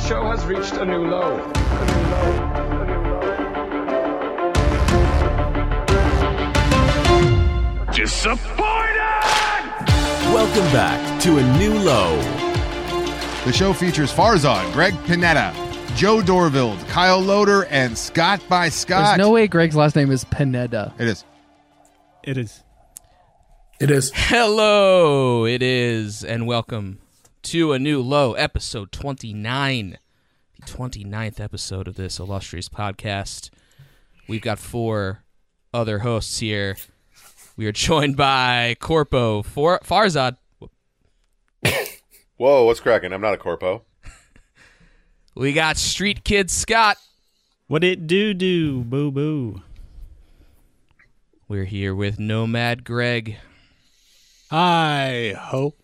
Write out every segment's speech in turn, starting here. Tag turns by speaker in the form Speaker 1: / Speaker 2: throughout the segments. Speaker 1: show has reached a new low.
Speaker 2: Welcome back to a new low.
Speaker 3: The show features Farzad, Greg Panetta, Joe Dorville, Kyle Loader, and Scott by Scott.
Speaker 4: There's no way Greg's last name is Pineda.
Speaker 3: It is.
Speaker 5: It is.
Speaker 6: It is.
Speaker 7: Hello, it is, and welcome to a new low, episode 29, the 29th episode of this illustrious podcast. We've got four other hosts here. We are joined by Corpo for Farzad.
Speaker 8: Whoa, what's cracking? I'm not a corpo.
Speaker 7: We got Street Kid Scott.
Speaker 5: What it do do, boo boo.
Speaker 7: We're here with Nomad Greg.
Speaker 6: I hope.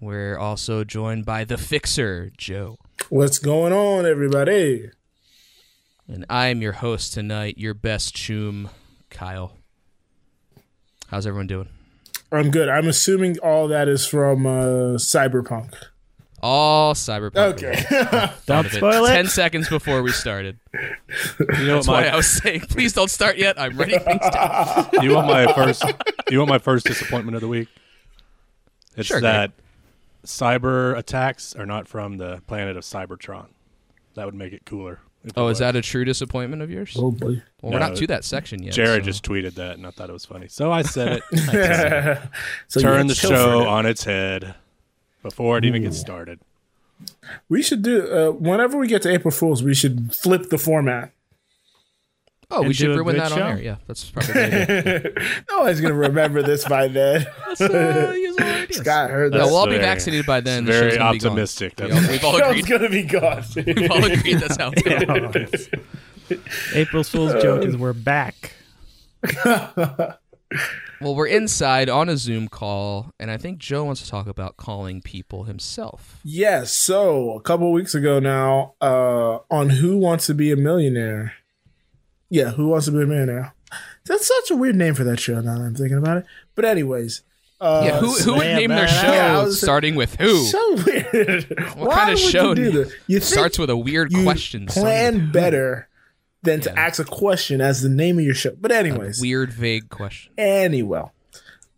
Speaker 7: We're also joined by the Fixer, Joe.
Speaker 6: What's going on, everybody?
Speaker 7: And I am your host tonight, your best choom, Kyle. How's everyone doing?
Speaker 6: I'm good. I'm assuming all that is from uh, Cyberpunk.
Speaker 7: All cyberpunk.
Speaker 5: Don't
Speaker 7: of it
Speaker 5: spoil it.
Speaker 7: 10 seconds before we started.
Speaker 9: You know what
Speaker 7: That's why I
Speaker 9: my
Speaker 7: was saying, please don't start yet. I'm ready.
Speaker 9: you want my first you want my first disappointment of the week? It's
Speaker 7: Sure,
Speaker 9: that cyber attacks are not from the planet of Cybertron. That would make it cooler. if it
Speaker 7: oh, is
Speaker 9: was.
Speaker 7: that a true disappointment of yours?
Speaker 6: Oh boy.
Speaker 7: Well,
Speaker 9: No,
Speaker 7: we're not to that section yet.
Speaker 9: Jared
Speaker 7: so-
Speaker 9: just tweeted that and I thought it was funny. So I said it.
Speaker 6: So
Speaker 9: Turn
Speaker 6: yeah,
Speaker 9: the
Speaker 6: chill for
Speaker 9: show
Speaker 6: now.
Speaker 9: on its head before it even gets started.
Speaker 6: We should do uh, whenever we get to April Fools, we should flip the format.
Speaker 7: Oh, we
Speaker 5: and
Speaker 7: should
Speaker 5: do a
Speaker 7: ruin
Speaker 5: good
Speaker 7: that on
Speaker 5: show.
Speaker 7: air. Yeah, that's probably a good idea.
Speaker 6: No one's gonna remember this by then.
Speaker 7: Uh, use all our ideas.
Speaker 6: Scott heard
Speaker 7: No,
Speaker 6: that.
Speaker 7: we'll all be
Speaker 9: very-
Speaker 7: vaccinated by then. The show's
Speaker 9: Very
Speaker 7: gonna be gone.
Speaker 9: optimistic.
Speaker 7: We
Speaker 9: That's
Speaker 7: all- We've all
Speaker 6: Show's
Speaker 7: agreed.
Speaker 6: gonna be gone.
Speaker 7: We've all agreed that's how it's going.
Speaker 5: April Fool's
Speaker 6: Uh,
Speaker 5: joke is we're back.
Speaker 7: Well, we're inside on a Zoom call, and I think Joe wants to talk about calling people himself.
Speaker 6: Yes. So a couple weeks ago now, uh, on Who Wants to Be a Millionaire. Yeah, Who Wants to Be a Millionaire. That's such a weird name for that show. Now that I'm thinking about it, but anyways, uh,
Speaker 7: yeah, who, who would
Speaker 5: slam
Speaker 7: name their
Speaker 5: that.
Speaker 7: show
Speaker 6: Yeah, I was-
Speaker 7: starting with who?
Speaker 6: so weird.
Speaker 7: what kind of show
Speaker 6: you do this? You think
Speaker 7: starts with a weird
Speaker 6: you
Speaker 7: question? starting
Speaker 6: plan
Speaker 7: with
Speaker 6: better than to
Speaker 7: Yeah.
Speaker 6: ask a question as the name of your show. But
Speaker 7: who?
Speaker 6: anyways,
Speaker 7: Weird, vague question.
Speaker 6: anyway,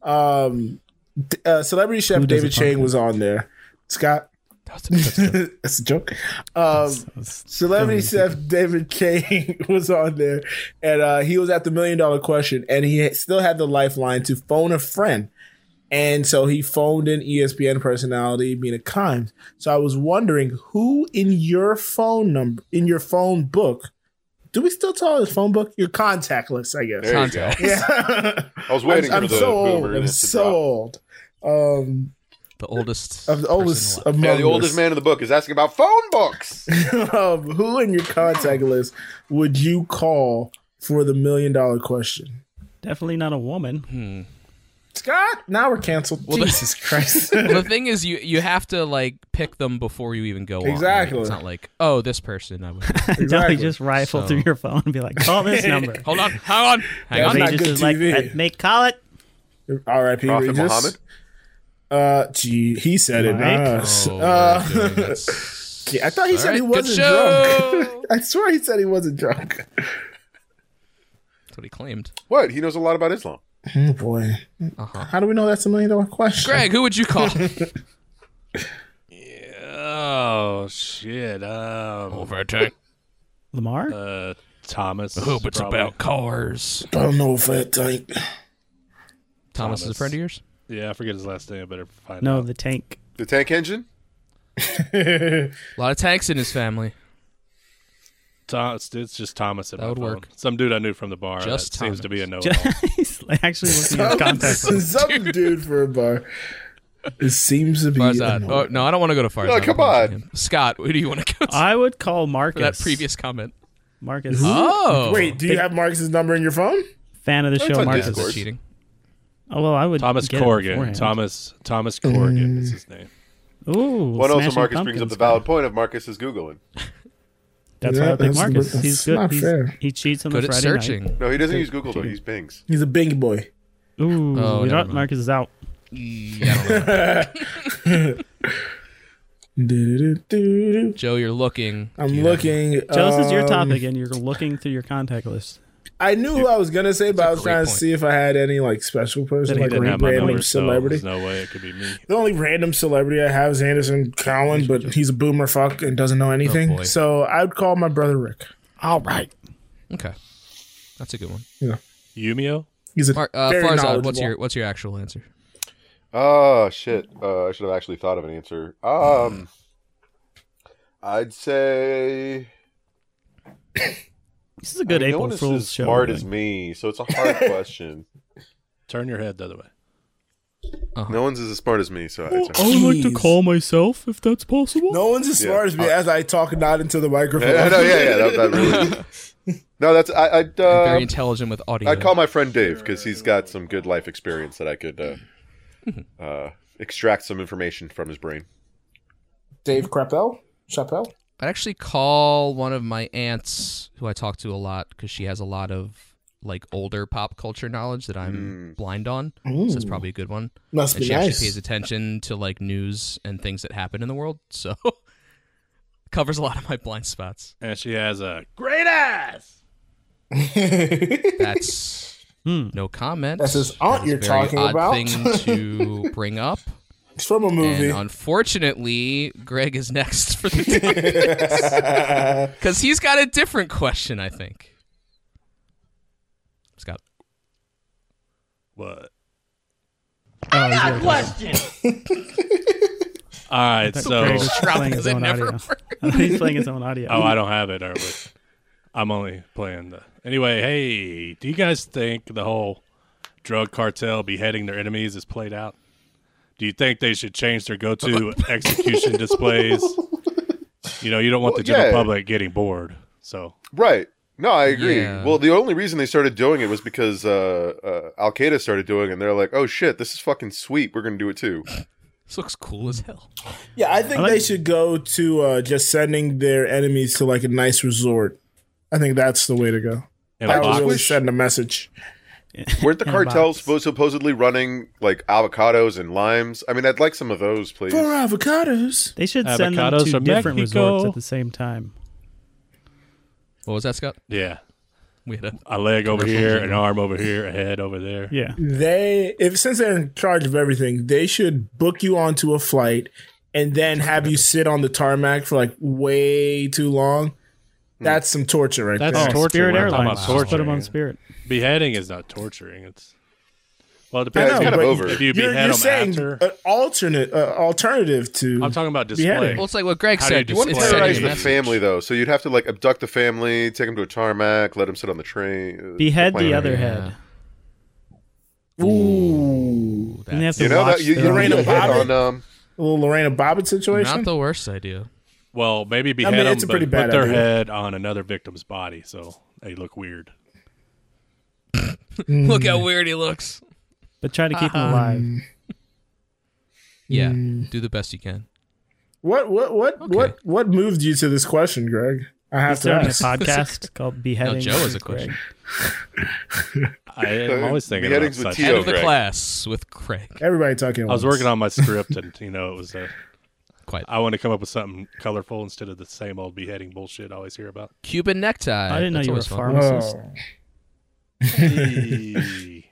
Speaker 6: um, d- uh, celebrity chef
Speaker 5: Who does
Speaker 6: David
Speaker 5: a podcast?
Speaker 6: Chang was on there. Scott, that's a joke. Um, Celebrity Chef David Chang was on there, and uh, he was at the million dollar question, and he had- still had the lifeline to phone a friend. And so he phoned in E ESPN personality Mina Kimes. So I was wondering who in your phone number, in your phone book, do we still call it phone book? Your contact list, I guess.
Speaker 8: There
Speaker 7: Contact.
Speaker 8: you go.
Speaker 6: Yeah,
Speaker 8: I was waiting for
Speaker 6: I'm, I'm
Speaker 8: the
Speaker 6: so old.
Speaker 8: boomer
Speaker 6: I'm
Speaker 8: to
Speaker 6: so
Speaker 8: drop.
Speaker 6: old. Um,
Speaker 7: The oldest.
Speaker 6: of the
Speaker 7: person
Speaker 6: oldest uh,
Speaker 7: alive.
Speaker 6: among
Speaker 8: Yeah, the
Speaker 6: us.
Speaker 8: oldest man in the book is asking about phone books.
Speaker 6: um, who in your contact list would you call for the million dollar question?
Speaker 5: Definitely not a woman.
Speaker 6: Scott, now we're canceled.
Speaker 7: the-
Speaker 6: Jesus Christ.
Speaker 7: Well, the thing is, you you have to like pick them before you even go on. right?
Speaker 6: Exactly.
Speaker 7: It's not like oh, this person. I would
Speaker 6: Exactly.
Speaker 5: Don't just rifle
Speaker 7: So-
Speaker 5: through your phone and be like, call this number.
Speaker 7: hold on, hang on, hang
Speaker 6: That's
Speaker 7: on.
Speaker 6: not
Speaker 5: Regis
Speaker 6: good
Speaker 5: is like,
Speaker 6: TV.
Speaker 5: let me call it.
Speaker 6: R.I.P.
Speaker 8: Prophet
Speaker 6: Regis.
Speaker 8: Muhammad.
Speaker 6: Uh, gee, he said it.
Speaker 5: Mike?
Speaker 6: not us.
Speaker 7: Oh,
Speaker 6: Uh,
Speaker 7: we're doing this.
Speaker 6: yeah, I thought he
Speaker 7: All
Speaker 6: said
Speaker 7: right,
Speaker 6: he
Speaker 7: good
Speaker 6: wasn't
Speaker 7: show.
Speaker 6: drunk. I swear he said he wasn't drunk.
Speaker 7: That's what he claimed.
Speaker 8: What? He knows a lot about Islam.
Speaker 6: Oh boy,
Speaker 7: Uh-huh.
Speaker 6: how do we know that's a million dollar question?
Speaker 7: Greg, who would you call?
Speaker 9: Oh shit. Um,
Speaker 7: Overton.
Speaker 5: Lamar?
Speaker 9: uh, Thomas.
Speaker 7: Hope it's
Speaker 9: probably.
Speaker 7: about cars.
Speaker 6: I don't know if that tank.
Speaker 7: Thomas, is a
Speaker 9: Thomas.
Speaker 7: friend of yours.
Speaker 9: Yeah, I forget his last name. I better find
Speaker 5: no,
Speaker 9: out.
Speaker 5: the tank.
Speaker 8: The tank engine?
Speaker 7: A lot of tanks in his family.
Speaker 9: Tom, it's, it's just Thomas. At
Speaker 7: That
Speaker 9: my
Speaker 7: would
Speaker 9: phone.
Speaker 7: work.
Speaker 9: Some dude I knew from the bar.
Speaker 7: Just
Speaker 9: that seems to be a no.
Speaker 5: He's like actually looking at his contact list.
Speaker 6: Some dude for a bar. It seems to be.
Speaker 7: Farzad.
Speaker 6: annoying.
Speaker 7: Oh, no, I don't want to go to Farzad.
Speaker 8: No, come
Speaker 7: I'm promising
Speaker 8: on.
Speaker 7: him. Scott, who do you want to go to
Speaker 5: I would call
Speaker 7: for
Speaker 5: Marcus.
Speaker 7: that previous comment?
Speaker 5: Marcus.
Speaker 7: Oh.
Speaker 6: Wait, do you have Marcus's number in your phone?
Speaker 5: Fan of the show,
Speaker 8: on
Speaker 5: Marcus.
Speaker 8: Discord.
Speaker 7: That's cheating.
Speaker 5: Oh, well, I would.
Speaker 9: Thomas
Speaker 5: get it
Speaker 9: Corrigan.
Speaker 5: beforehand.
Speaker 9: Thomas Thomas Corrigan is his name.
Speaker 5: Ooh.
Speaker 8: One also Marcus brings
Speaker 5: Smashing
Speaker 8: up
Speaker 5: Pumpkins
Speaker 8: the valid point of Marcus is Googling.
Speaker 5: That's
Speaker 6: Yeah,
Speaker 5: why I picked
Speaker 6: that's-
Speaker 5: Marcus.
Speaker 6: that's
Speaker 5: He's good.
Speaker 6: not
Speaker 5: He's-
Speaker 6: fair.
Speaker 5: He cheats on
Speaker 7: Good
Speaker 5: the
Speaker 7: at
Speaker 5: Friday
Speaker 7: searching.
Speaker 5: night.
Speaker 8: No, he doesn't use Google though. He uses Bings.
Speaker 6: He's a big boy.
Speaker 5: Ooh,
Speaker 7: Oh,
Speaker 5: you know
Speaker 7: never
Speaker 5: what?
Speaker 7: mind.
Speaker 5: Marcus is out.
Speaker 7: Yeah, I don't know.
Speaker 6: Do-do-do-do-do.
Speaker 7: Joe, you're looking.
Speaker 6: I'm looking.
Speaker 5: Joe, this is your
Speaker 6: um,
Speaker 5: topic, and you're looking through your contact list.
Speaker 6: I knew who I was gonna say, but
Speaker 7: a
Speaker 6: I was
Speaker 7: great
Speaker 6: trying to
Speaker 7: point.
Speaker 6: see if I had any like special person,
Speaker 5: he
Speaker 6: like
Speaker 5: didn't
Speaker 9: have my
Speaker 6: random
Speaker 9: number, so
Speaker 6: celebrity.
Speaker 9: there's no way it could be me.
Speaker 6: the only random celebrity I have is Anderson Cowan, but he's a boomer fuck and doesn't know anything.
Speaker 7: Oh, boy.
Speaker 6: so I'd call my brother Rick.
Speaker 5: All right.
Speaker 7: Okay, that's a good one.
Speaker 9: Yumio?
Speaker 6: He's a
Speaker 7: Mar- uh,
Speaker 6: very
Speaker 7: Farzad,
Speaker 6: knowledgeable.
Speaker 7: what's your what's your actual answer?
Speaker 8: Oh shit! Uh, I should have actually thought of an answer. Um, I'd say
Speaker 5: This is a good
Speaker 8: I mean,
Speaker 5: April
Speaker 8: no one is
Speaker 5: Fool's
Speaker 8: as
Speaker 5: show.
Speaker 8: Smart
Speaker 5: I
Speaker 8: as
Speaker 5: think.
Speaker 8: me, so it's a hard question.
Speaker 9: Turn your head the other way.
Speaker 8: No one's as smart as me, so it's
Speaker 5: I would Oh, like to
Speaker 6: Jeez.
Speaker 5: call myself if that's possible.
Speaker 6: No one's as
Speaker 8: Yeah. Uh,
Speaker 6: smart as me as I talk not into the microphone.
Speaker 8: yeah, no, yeah, yeah, that, that really. No, that's I, I'd
Speaker 7: Very
Speaker 8: uh,
Speaker 7: intelligent with audio.
Speaker 8: I'd call my friend Dave because he's got some good life experience that I could uh, uh, extract some information from his brain.
Speaker 6: Dave Chappelle. Chappelle.
Speaker 7: I'd actually call one of my aunts who I talk to a lot because she has a lot of like older pop culture knowledge that
Speaker 8: Hmm.
Speaker 7: I'm blind on. So it's probably a good one.
Speaker 6: Must
Speaker 7: and
Speaker 6: be
Speaker 7: she actually pays
Speaker 6: nice.
Speaker 7: attention to like news and things that happen in the world. So covers a lot of my blind spots.
Speaker 9: And she has a
Speaker 7: That's
Speaker 6: Hmm.
Speaker 7: no comment.
Speaker 6: That's his aunt
Speaker 7: That is
Speaker 6: you're
Speaker 7: a very
Speaker 6: talking
Speaker 7: odd
Speaker 6: about.
Speaker 7: thing to bring up.
Speaker 6: It's from a movie.
Speaker 7: And unfortunately, Greg is next for the because he's got a different question. I think. Scott,
Speaker 9: what?
Speaker 5: I got a
Speaker 9: All right, so
Speaker 5: Craig was playing his own audio. I think he's playing his own audio.
Speaker 9: oh, I don't have it. Or but I'm only playing the. Anyway, hey, do you guys think the whole drug cartel beheading their enemies is played out? Do you think they should change their go-to execution displays? You know, you don't want the
Speaker 8: Well,
Speaker 9: general
Speaker 8: yeah.
Speaker 9: public getting bored. So
Speaker 8: Right. No, I agree.
Speaker 7: Yeah.
Speaker 8: Well, the only reason they started doing it was because uh, uh, Al Qaeda started doing it, and they're like, "Oh shit, this is fucking sweet. We're gonna do it too."
Speaker 7: this looks cool as hell.
Speaker 6: yeah, I think they should go to uh, just sending their enemies to like a nice resort. I think that's the way to go.
Speaker 9: and
Speaker 6: That would
Speaker 9: box,
Speaker 6: really send a message.
Speaker 8: Weren't the
Speaker 5: And
Speaker 8: cartels
Speaker 5: bots.
Speaker 8: supposed, supposedly running like avocados and limes? I mean, I'd like some of those, please.
Speaker 6: Four avocados.
Speaker 5: They should send them
Speaker 9: Avocados
Speaker 5: to
Speaker 9: from
Speaker 5: different
Speaker 9: Mexico.
Speaker 5: resorts at the same time.
Speaker 7: What was that, Scott?
Speaker 9: yeah,
Speaker 7: We had a
Speaker 9: a leg over
Speaker 7: Commercial
Speaker 9: here, an
Speaker 7: jingle.
Speaker 9: arm over here, a head over there.
Speaker 5: Yeah.
Speaker 6: They, if since they're in charge of everything, they should book you onto a flight and then have you sit on the tarmac for like way too long.
Speaker 8: Hmm.
Speaker 6: That's some torture right
Speaker 9: That's
Speaker 6: there.
Speaker 9: torture.
Speaker 5: Oh, Spirit
Speaker 9: We're not talking
Speaker 5: Airlines.
Speaker 9: about
Speaker 5: Just put
Speaker 9: torturing.
Speaker 5: them on Spirit.
Speaker 9: Beheading is not torturing. It's well, it
Speaker 8: Yeah,
Speaker 9: depends.
Speaker 8: it's
Speaker 6: know,
Speaker 8: kind of
Speaker 6: but
Speaker 8: over.
Speaker 9: if you
Speaker 6: You're,
Speaker 9: behead
Speaker 6: you're
Speaker 9: them
Speaker 6: saying
Speaker 9: after,
Speaker 6: an alternate uh, alternative to
Speaker 9: I'm talking about display.
Speaker 6: beheading.
Speaker 7: Well, it's like what Greg
Speaker 9: How do you
Speaker 7: said.
Speaker 9: do it?
Speaker 7: just-
Speaker 8: Wouldn't
Speaker 7: it's sending
Speaker 8: terrorize
Speaker 7: a
Speaker 8: the
Speaker 7: message.
Speaker 8: family though, so you'd have to like abduct the family, take them to a tarmac, let them sit on the train. uh,
Speaker 5: Behead the
Speaker 8: plane.
Speaker 5: other
Speaker 7: Yeah.
Speaker 5: head.
Speaker 6: ooh,
Speaker 5: And they have to
Speaker 8: You know
Speaker 5: watch
Speaker 8: that you,
Speaker 5: their
Speaker 8: you
Speaker 5: own-
Speaker 8: read
Speaker 6: Lorena
Speaker 8: about
Speaker 6: Bobbitt?
Speaker 8: on um,
Speaker 6: little Lorena Bobbitt
Speaker 7: Not
Speaker 6: situation.
Speaker 7: the worst idea.
Speaker 9: Well, maybe behead
Speaker 6: mean,
Speaker 9: them,
Speaker 6: it's a
Speaker 9: but
Speaker 6: pretty bad
Speaker 9: put their
Speaker 6: idea.
Speaker 9: head on another victim's body, so they look weird.
Speaker 7: Look how weird he looks.
Speaker 5: But try to keep them alive.
Speaker 7: Yeah, do the best you can.
Speaker 6: what what what
Speaker 7: Okay.
Speaker 6: what what moved you to this question, Greg? I have
Speaker 5: He's
Speaker 6: to
Speaker 5: starting a
Speaker 6: ask.
Speaker 5: podcast called Beheading.
Speaker 7: Joe has a
Speaker 5: with Greg.
Speaker 7: question.
Speaker 9: I, am always thinking about
Speaker 8: Beheadings with
Speaker 9: such.
Speaker 8: T.O.
Speaker 7: End of the
Speaker 8: Greg.
Speaker 7: class with Craig.
Speaker 6: Everybody talking.
Speaker 9: I was working on my script, and you know, it was a.
Speaker 7: Quite.
Speaker 9: I want to come up with something colorful instead of the same old beheading bullshit I always hear about.
Speaker 7: Cuban necktie.
Speaker 5: I didn't know
Speaker 7: That's
Speaker 5: you were a
Speaker 7: always fun.
Speaker 5: pharmacist.
Speaker 9: Hey.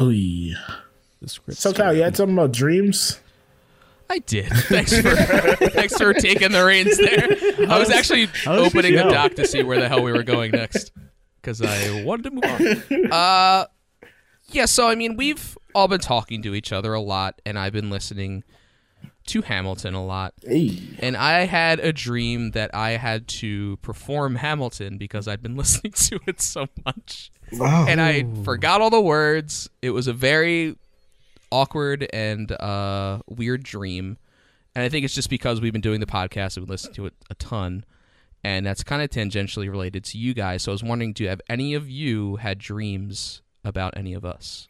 Speaker 6: Ooh.
Speaker 5: The script.
Speaker 6: So Kyle, you had something about dreams.
Speaker 7: I did. Thanks for thanks for taking the reins there. I was actually
Speaker 5: was
Speaker 7: opening the
Speaker 5: just-
Speaker 7: dock to see where the hell we were going next because I wanted to move on. Uh, yeah. So I mean, we've all been talking to each other a lot, and I've been listening to Hamilton a lot. And I had a dream that I had to perform Hamilton because I'd been listening to it so much. And I forgot all the words. It was a very awkward and uh, weird dream. And I think it's just because we've been doing the podcast and we listen to it a ton. And that's kind of tangentially related to you guys. So I was wondering, do have any of you had dreams about any of us?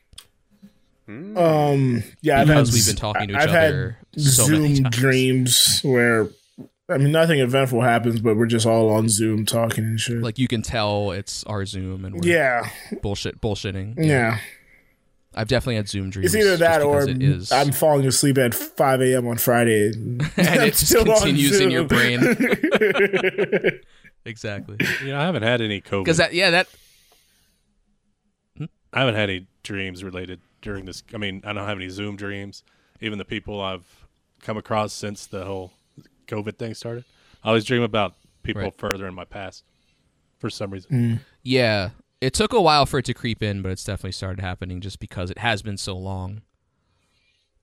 Speaker 6: Um, yeah, I've
Speaker 7: Because
Speaker 6: had-
Speaker 7: we've been talking to each
Speaker 6: I've
Speaker 7: other
Speaker 6: Had
Speaker 7: so
Speaker 6: Zoom
Speaker 7: many times.
Speaker 6: dreams where I mean nothing eventful happens, but we're just all on Zoom talking and shit.
Speaker 7: Like you can tell it's our Zoom and we're
Speaker 6: yeah,
Speaker 7: bullshit bullshitting.
Speaker 6: yeah.
Speaker 7: I've definitely had Zoom dreams.
Speaker 6: It's either that
Speaker 7: just
Speaker 6: or
Speaker 7: because it is,
Speaker 6: I'm falling asleep at 5 a.m. on Friday. and
Speaker 7: and it just
Speaker 6: still on
Speaker 7: continues in your
Speaker 6: Zoom.
Speaker 7: brain. exactly.
Speaker 9: You know, I haven't had any COVID.
Speaker 7: Because that, yeah, that
Speaker 9: I haven't had any dreams related during this. I mean, I don't have any Zoom dreams. Even the people I've come across since the whole COVID thing started, I always dream about people
Speaker 7: Right.
Speaker 9: further in my past for some reason.
Speaker 7: Yeah. It took a while for it to creep in, but it's definitely started happening just because it has been so long.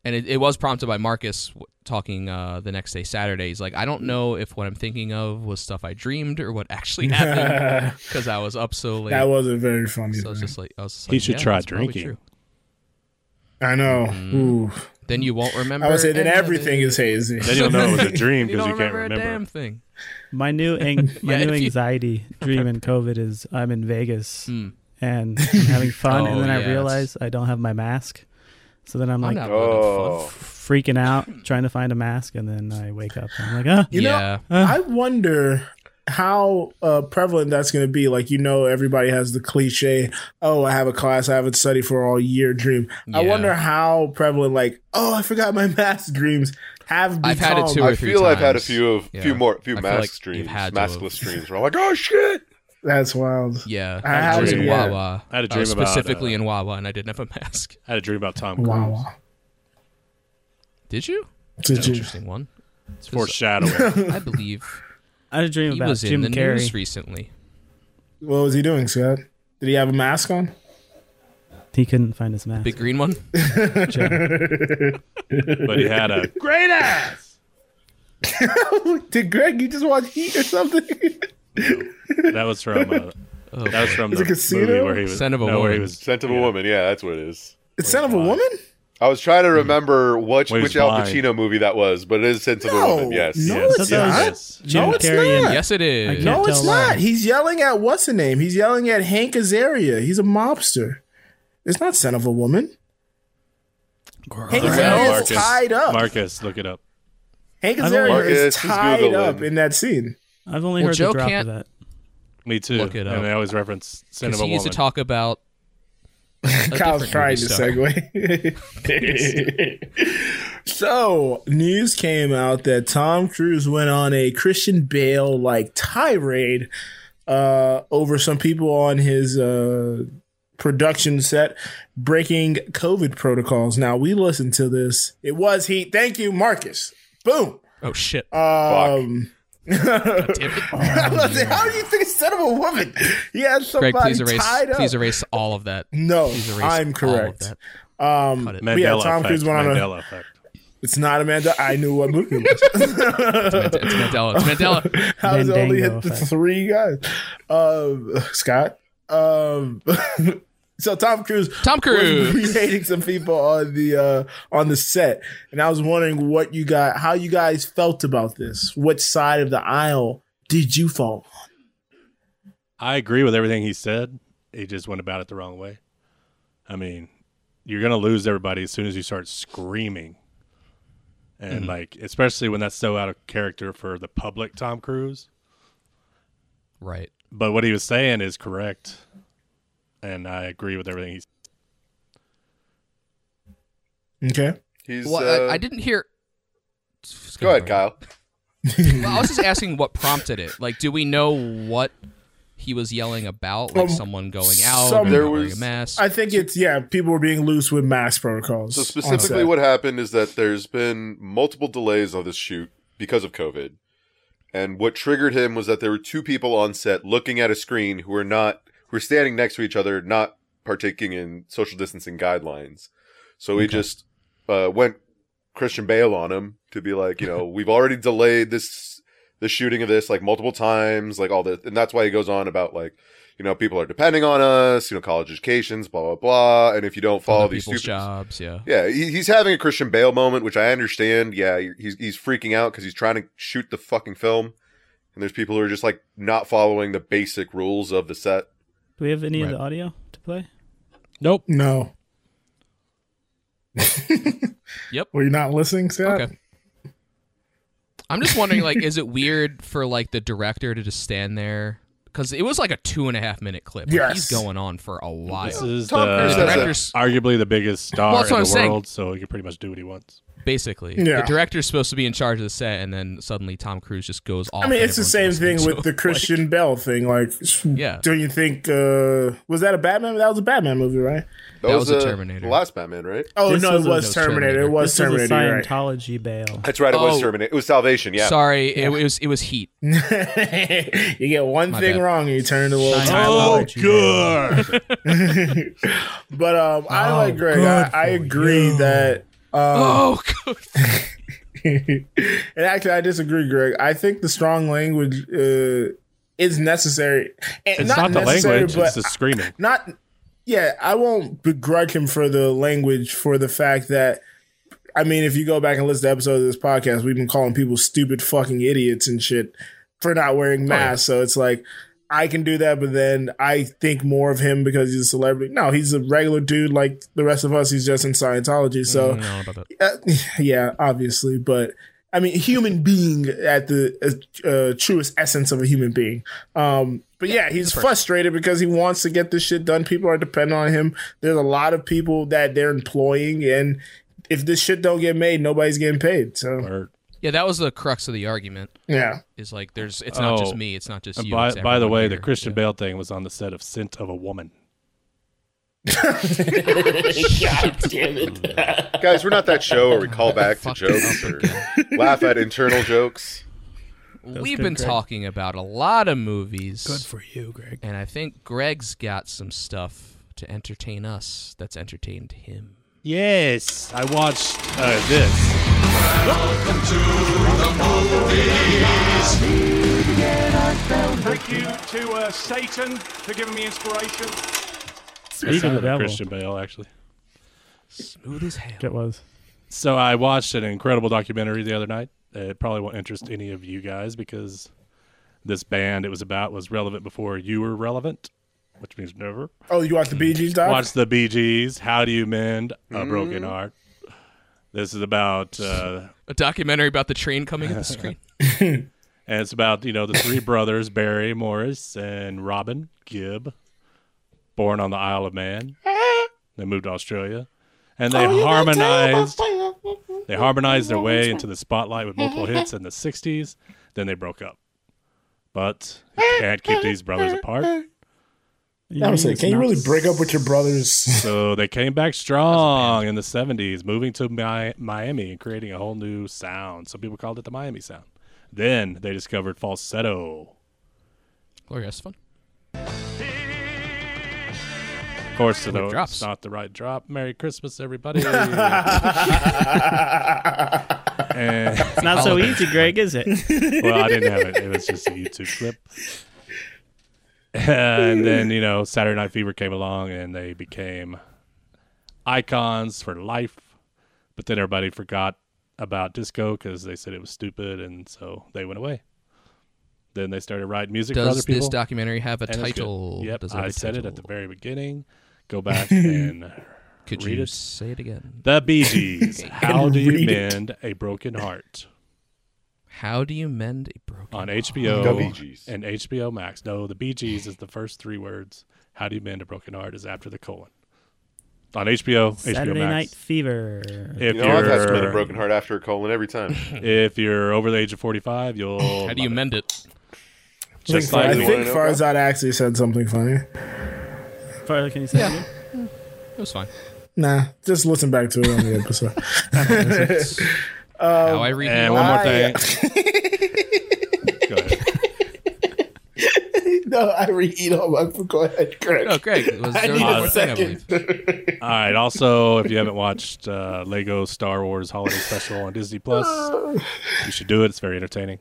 Speaker 7: And it, it was prompted by Marcus w- talking uh, the next day, Saturday. He's like, I don't know if what I'm thinking of was stuff I dreamed or what actually happened because I was up so late.
Speaker 6: That wasn't very funny.
Speaker 7: so it's
Speaker 6: man.
Speaker 7: just like, I was just
Speaker 9: He
Speaker 7: like,
Speaker 9: should
Speaker 7: yeah,
Speaker 9: try
Speaker 7: that's probably
Speaker 9: drinking.
Speaker 7: true.
Speaker 6: I know.
Speaker 7: Mm-hmm.
Speaker 6: Ooh.
Speaker 7: Then you won't remember.
Speaker 6: I would say that
Speaker 7: any of
Speaker 6: everything
Speaker 7: it.
Speaker 6: is hazy.
Speaker 9: Then you'll know it was a dream
Speaker 7: You
Speaker 9: because
Speaker 7: don't
Speaker 9: you, can't
Speaker 7: remember a
Speaker 9: remember.
Speaker 7: damn thing.
Speaker 5: My new ang- my
Speaker 7: Yeah,
Speaker 5: new
Speaker 7: if you-
Speaker 5: anxiety dream in COVID is I'm in Vegas
Speaker 7: Hmm.
Speaker 5: and I'm having fun,
Speaker 7: Oh,
Speaker 5: and then
Speaker 7: yes.
Speaker 5: I realize I don't have my mask. So then I'm like
Speaker 7: I'm not
Speaker 8: oh.
Speaker 7: oh.
Speaker 5: freaking out, trying to find a mask, and then I wake up and I'm like, "Ah,
Speaker 6: You know-
Speaker 7: yeah.
Speaker 6: I wonder how uh, prevalent that's going to be. Like, you know, everybody has the cliche, oh, I have a class I haven't studied for all year dream. I
Speaker 7: Yeah.
Speaker 6: wonder how prevalent, like, oh, I forgot my mask dreams have become.
Speaker 7: I've had it too.
Speaker 8: I
Speaker 7: or three
Speaker 8: feel I've had a
Speaker 7: times.
Speaker 8: few of
Speaker 7: Yeah.
Speaker 8: few more few
Speaker 7: I feel
Speaker 8: mask
Speaker 7: like
Speaker 8: streams,
Speaker 7: you've had to have-
Speaker 8: maskless streams where I'm like, oh shit.
Speaker 6: That's wild.
Speaker 7: Yeah,
Speaker 6: I
Speaker 7: I,
Speaker 6: had
Speaker 7: was
Speaker 8: a
Speaker 7: in
Speaker 8: dream.
Speaker 7: Wawa.
Speaker 9: I had a dream
Speaker 7: was
Speaker 9: about,
Speaker 7: specifically
Speaker 9: uh,
Speaker 7: in Wawa, and I didn't have a mask.
Speaker 9: I had a dream about Tom Cruise.
Speaker 6: Wow.
Speaker 7: Did you?
Speaker 6: Did you?
Speaker 7: Interesting one.
Speaker 9: It's foreshadowing.
Speaker 7: I believe
Speaker 5: I had a dream
Speaker 7: he
Speaker 5: about
Speaker 7: was
Speaker 5: Jim
Speaker 7: in the news
Speaker 5: Carrey.
Speaker 7: recently.
Speaker 6: What was he doing, Scott? Did he have a mask on?
Speaker 5: he couldn't find his mask.
Speaker 7: Big green one.
Speaker 5: Joe.
Speaker 9: but he had a great ass.
Speaker 6: Did Greg, you just watch Heat or something?
Speaker 9: That was from uh,
Speaker 7: Oh,
Speaker 9: that was from
Speaker 6: Is it
Speaker 9: the
Speaker 6: Casino?
Speaker 9: movie where he was
Speaker 7: Son of a
Speaker 9: no, where he
Speaker 7: woman.
Speaker 9: was
Speaker 8: Scent of a woman, yeah, that's what it is.
Speaker 6: it's Son of a Woman?
Speaker 8: I was trying
Speaker 7: Hmm.
Speaker 8: to remember which
Speaker 9: Wait,
Speaker 8: which
Speaker 9: he's
Speaker 8: Al
Speaker 9: blind.
Speaker 8: Pacino movie that was, but it is Sense of a
Speaker 6: No.
Speaker 8: Woman. Yes,
Speaker 6: No,
Speaker 8: yes, yes.
Speaker 5: it's not.
Speaker 9: yes.
Speaker 5: Jim
Speaker 6: No, it's
Speaker 5: Carrey
Speaker 6: not.
Speaker 5: and
Speaker 7: yes, it is.
Speaker 5: can't-
Speaker 6: No,
Speaker 5: Tell
Speaker 6: Oh, it's
Speaker 5: lie.
Speaker 6: not. He's yelling at what's the name? He's yelling at Hank Azaria. He's a mobster. It's not Son of a Woman.
Speaker 9: Look
Speaker 6: Hank
Speaker 9: it
Speaker 6: Azaria
Speaker 9: up,
Speaker 6: is
Speaker 9: Marcus.
Speaker 6: tied up.
Speaker 9: Marcus, look it up.
Speaker 6: Hank
Speaker 5: I don't
Speaker 6: Azaria
Speaker 5: like-
Speaker 8: Marcus,
Speaker 6: is
Speaker 8: just
Speaker 6: tied
Speaker 8: Google
Speaker 6: up
Speaker 8: him.
Speaker 6: in that scene.
Speaker 5: I've only
Speaker 7: Well,
Speaker 5: heard
Speaker 7: Joe
Speaker 5: the drop
Speaker 7: can't-
Speaker 5: of that.
Speaker 9: Me too.
Speaker 7: Look it up.
Speaker 9: And they always reference Son of
Speaker 7: Because
Speaker 9: a
Speaker 7: he used
Speaker 9: woman.
Speaker 7: to talk about. a
Speaker 6: Kyle's
Speaker 7: different
Speaker 6: trying
Speaker 7: movie
Speaker 6: to
Speaker 7: star.
Speaker 6: segue. so, news came out that Tom Cruise went on a Christian Bale like tirade uh, over some people on his uh, production set breaking COVID protocols. Now, we listened to this. It was heat. Thank you, Marcus. Boom.
Speaker 7: Oh shit!
Speaker 6: Um,
Speaker 7: Damn it.
Speaker 6: I was like, how do you think it's son of a woman? He had somebody
Speaker 7: Greg, please erase.
Speaker 6: tied up.
Speaker 7: Please erase all of that.
Speaker 6: no,
Speaker 7: Please erase
Speaker 6: I'm
Speaker 7: All of
Speaker 6: correct.
Speaker 7: that.
Speaker 6: Um,
Speaker 7: Cut
Speaker 9: Mandela
Speaker 7: it.
Speaker 6: but yeah, Tom
Speaker 9: effect.
Speaker 6: Cruise went on a.
Speaker 9: Mandela effect.
Speaker 6: It's not Amanda. I knew what movie it was.
Speaker 7: It's Mandela. It's Mandela.
Speaker 6: I was only hit
Speaker 5: Mandango
Speaker 6: the
Speaker 5: effect.
Speaker 6: three guys. Um, Scott. Um, so Tom Cruise
Speaker 7: Tom Cruise.
Speaker 6: was hating some people on the uh, on the set, and I was wondering what you got, how you guys felt about this. What side of the aisle did you fall on?
Speaker 9: I agree with everything he said. He just went about it the wrong way. I mean, you're gonna lose everybody as soon as you start screaming, and
Speaker 7: Mm-hmm.
Speaker 9: like especially when that's so out of character for the public. Tom Cruise,
Speaker 7: Right.
Speaker 9: but what he was saying is correct, and I agree with everything he.
Speaker 6: Okay,
Speaker 8: He's.
Speaker 7: Well,
Speaker 8: uh,
Speaker 7: I, I didn't hear.
Speaker 8: Go ahead, Kyle.
Speaker 7: Well, I was just asking what prompted it. Like, do we know what he was yelling about? Like
Speaker 6: Um,
Speaker 7: someone going out,
Speaker 6: some-
Speaker 7: or
Speaker 6: There
Speaker 7: not wearing
Speaker 8: was-
Speaker 7: a mask.
Speaker 6: I think it's yeah. People were being loose with mask protocols.
Speaker 8: So
Speaker 6: on
Speaker 8: specifically,
Speaker 6: set.
Speaker 8: what happened is that there's been multiple delays on this shoot because of COVID, and what triggered him was that there were two people on set looking at a screen who were not who were standing next to each other, not partaking in social distancing guidelines. So he just uh, went Christian Bale on him to be like, you know, we've already delayed this the shooting of this like multiple times, like all the, and that's why he goes on about like. You know, people are depending on us. You know, college educations, blah blah blah. And if you don't follow
Speaker 7: Other
Speaker 8: these
Speaker 7: people's
Speaker 8: stupid,
Speaker 7: jobs. Yeah.
Speaker 8: yeah, he, he's having a Christian Bale moment, which I understand. Yeah, he's he's freaking out because he's trying to shoot the fucking film, and there's people who are just like not following the basic rules of the set.
Speaker 5: Do we have any of
Speaker 7: Right.
Speaker 5: the audio to play?
Speaker 9: Nope.
Speaker 6: No.
Speaker 7: Yep.
Speaker 6: Were you not listening, Scott?
Speaker 7: Okay. I'm just wondering, like, is it weird for like the director to just stand there because it was like a two and a half minute clip. Like,
Speaker 6: Yes.
Speaker 7: he's going on for a while.
Speaker 9: This is
Speaker 8: Tom Cruise
Speaker 9: the,
Speaker 8: has a-
Speaker 7: Directors-
Speaker 9: arguably the biggest star
Speaker 7: Well,
Speaker 9: in
Speaker 7: that's
Speaker 9: the
Speaker 7: what
Speaker 9: world,
Speaker 7: I'm saying.
Speaker 9: so he can pretty much do what he wants.
Speaker 7: basically.
Speaker 6: Yeah.
Speaker 7: The director's supposed to be in charge of the set, and then suddenly Tom Cruise just goes off.
Speaker 6: I mean,
Speaker 7: and
Speaker 6: it's the same
Speaker 7: everyone's
Speaker 6: thing
Speaker 7: listening
Speaker 6: with
Speaker 7: to
Speaker 6: the
Speaker 7: him.
Speaker 6: Christian Bell thing. Like,
Speaker 7: Yeah.
Speaker 6: don't you think? uh Was that a Batman? That was a Batman movie, right?
Speaker 8: That,
Speaker 7: That
Speaker 8: was,
Speaker 7: was a
Speaker 8: uh,
Speaker 7: Terminator.
Speaker 8: The last Batman, right?
Speaker 6: Oh
Speaker 5: This
Speaker 6: no, it
Speaker 5: is a-
Speaker 6: was
Speaker 7: no,
Speaker 6: Terminator.
Speaker 7: Terminator.
Speaker 6: It was
Speaker 5: This is a
Speaker 6: Terminator. you're right.
Speaker 5: Scientology bail.
Speaker 8: That's right. It was
Speaker 7: Oh.
Speaker 8: Terminator. It was Salvation. Yeah.
Speaker 7: Sorry, it, was it was Heat.
Speaker 6: you get one
Speaker 7: My
Speaker 6: thing
Speaker 7: bad.
Speaker 6: wrong and you turn into a little
Speaker 5: Shine
Speaker 6: Tyler.
Speaker 5: light. good.
Speaker 6: But um, I
Speaker 5: Oh,
Speaker 6: like Greg.
Speaker 5: good
Speaker 6: I, I
Speaker 5: for
Speaker 6: agree
Speaker 5: you.
Speaker 6: that, um,
Speaker 7: oh, God.
Speaker 6: and actually, I disagree, Greg. I think the strong language uh, is necessary. And
Speaker 7: Eh,
Speaker 9: It's
Speaker 6: not,
Speaker 9: not, the
Speaker 6: necessary,
Speaker 9: language;
Speaker 6: but
Speaker 9: it's the screaming.
Speaker 6: not. Yeah, I won't begrudge him for the language for the fact that. I mean, if you go back and listen to episodes of this podcast, we've been calling people stupid fucking idiots and shit for not wearing masks. So it's like, I can do that, but then I think more of him because he's a celebrity. No, he's a regular dude like the rest of us. He's just in Scientology. So,
Speaker 7: I don't know about that.
Speaker 6: uh, yeah, obviously, but I mean, human being at the uh, uh, truest essence of a human being. Um, but yeah, he's frustrated because he wants to get this shit done. People are dependent on him. There's a lot of people that they're employing, and if this shit don't get made, nobody's getting paid. So
Speaker 9: Or,
Speaker 7: Yeah, that was the crux of the argument.
Speaker 6: yeah,
Speaker 7: Is like there's it's not just
Speaker 9: Oh.
Speaker 7: me, it's not just
Speaker 9: and
Speaker 7: you.
Speaker 9: by,
Speaker 7: it's
Speaker 9: by the
Speaker 7: everyone
Speaker 9: way,
Speaker 7: here.
Speaker 9: the Christian
Speaker 7: Yeah.
Speaker 9: Bale thing was on the set of "Scent of a Woman."
Speaker 8: Guys, we're not that show where we call back to
Speaker 7: Fucked it
Speaker 8: jokes or laugh at internal jokes.
Speaker 7: We've
Speaker 5: good,
Speaker 7: been
Speaker 5: Greg.
Speaker 7: talking about a lot of movies.
Speaker 5: Good for you, Greg.
Speaker 7: and I think Greg's got some stuff to entertain us that's entertained him.
Speaker 9: Yes, I watched uh, this.
Speaker 10: Thank you to uh, Satan for giving me inspiration.
Speaker 9: Speaking
Speaker 5: the
Speaker 9: of
Speaker 5: devil.
Speaker 9: Christian Bale, actually,
Speaker 7: Smooth as hell.
Speaker 5: It was.
Speaker 9: so I watched an incredible documentary the other night. It probably won't interest any of you guys because this band it was about was relevant before you were relevant, which means never.
Speaker 6: Oh, you watch the Bee Gees doc?
Speaker 9: Watch the BGS. How do you mend a broken heart? This is about, uh,
Speaker 7: A documentary about the train coming at the screen.
Speaker 9: and it's about you know the three brothers Barry, Morris, and Robin Gibb, born on the Isle of Man. They moved to Australia, and they harmonized. They harmonized their way into the spotlight with multiple hits in the '60s. Then they broke up, but you can't keep these brothers apart.
Speaker 6: I was like, can you really break up with your brothers?
Speaker 9: So they came back strong in the 70s, moving to Mi- Miami and creating a whole new sound. Some people called it the Miami sound. Then they discovered falsetto.
Speaker 7: Gloria, that's fun.
Speaker 9: Of course, though,
Speaker 7: drops.
Speaker 9: it's not the right drop. Merry Christmas, everybody. and,
Speaker 5: It's not so easy, Greg, is it?
Speaker 9: well, I didn't have it. It was just a YouTube clip. and then, you know, Saturday Night Fever came along and they became icons for life. But then everybody forgot about disco because they said it was stupid. And so they went away. Then they started writing music for other
Speaker 7: Does
Speaker 9: people.
Speaker 7: this documentary have a
Speaker 9: and it's good.
Speaker 7: title?
Speaker 9: Yep,
Speaker 7: Does it have
Speaker 9: I
Speaker 7: a
Speaker 9: said it at the
Speaker 7: title?
Speaker 9: very beginning. Go back and
Speaker 7: Could
Speaker 9: read
Speaker 7: you
Speaker 9: it.
Speaker 7: say it again?
Speaker 9: the Bee Gees. How do you
Speaker 6: read it.
Speaker 9: mend a broken heart?
Speaker 7: How do you mend a broken
Speaker 9: on
Speaker 7: heart?
Speaker 9: HBO
Speaker 8: The Bee Gees.
Speaker 9: and HBO Max. No, the Bee Gees is the first three words. How do you mend a broken heart is after the colon. On HBO,
Speaker 5: Saturday
Speaker 9: HBO Max.
Speaker 5: Night Fever.
Speaker 9: If
Speaker 8: You know, I've had to mend a
Speaker 9: you're-
Speaker 8: broken heart after a colon every time.
Speaker 9: if you're over the age of 45, you'll
Speaker 7: How do you mend it?
Speaker 9: Just
Speaker 6: I
Speaker 9: like
Speaker 8: you
Speaker 6: think
Speaker 8: wanna know, bro?
Speaker 6: Farzad actually said something funny.
Speaker 5: Farley, can you say yeah.
Speaker 7: It was fine.
Speaker 6: Nah, just listen back to it on the episode.
Speaker 7: Um, How I read
Speaker 9: and
Speaker 7: you.
Speaker 9: one more
Speaker 6: I-
Speaker 9: thing. Go ahead.
Speaker 6: no, I reheat all my. Go ahead, Greg.
Speaker 7: No, Oh, Greg. It was,
Speaker 6: I
Speaker 7: there was
Speaker 6: need a
Speaker 7: one thing, I
Speaker 6: second.
Speaker 7: believe.
Speaker 9: All right. Also, if you haven't watched uh, Lego Star Wars Holiday Special on Disney Plus, you should do it. It's very entertaining.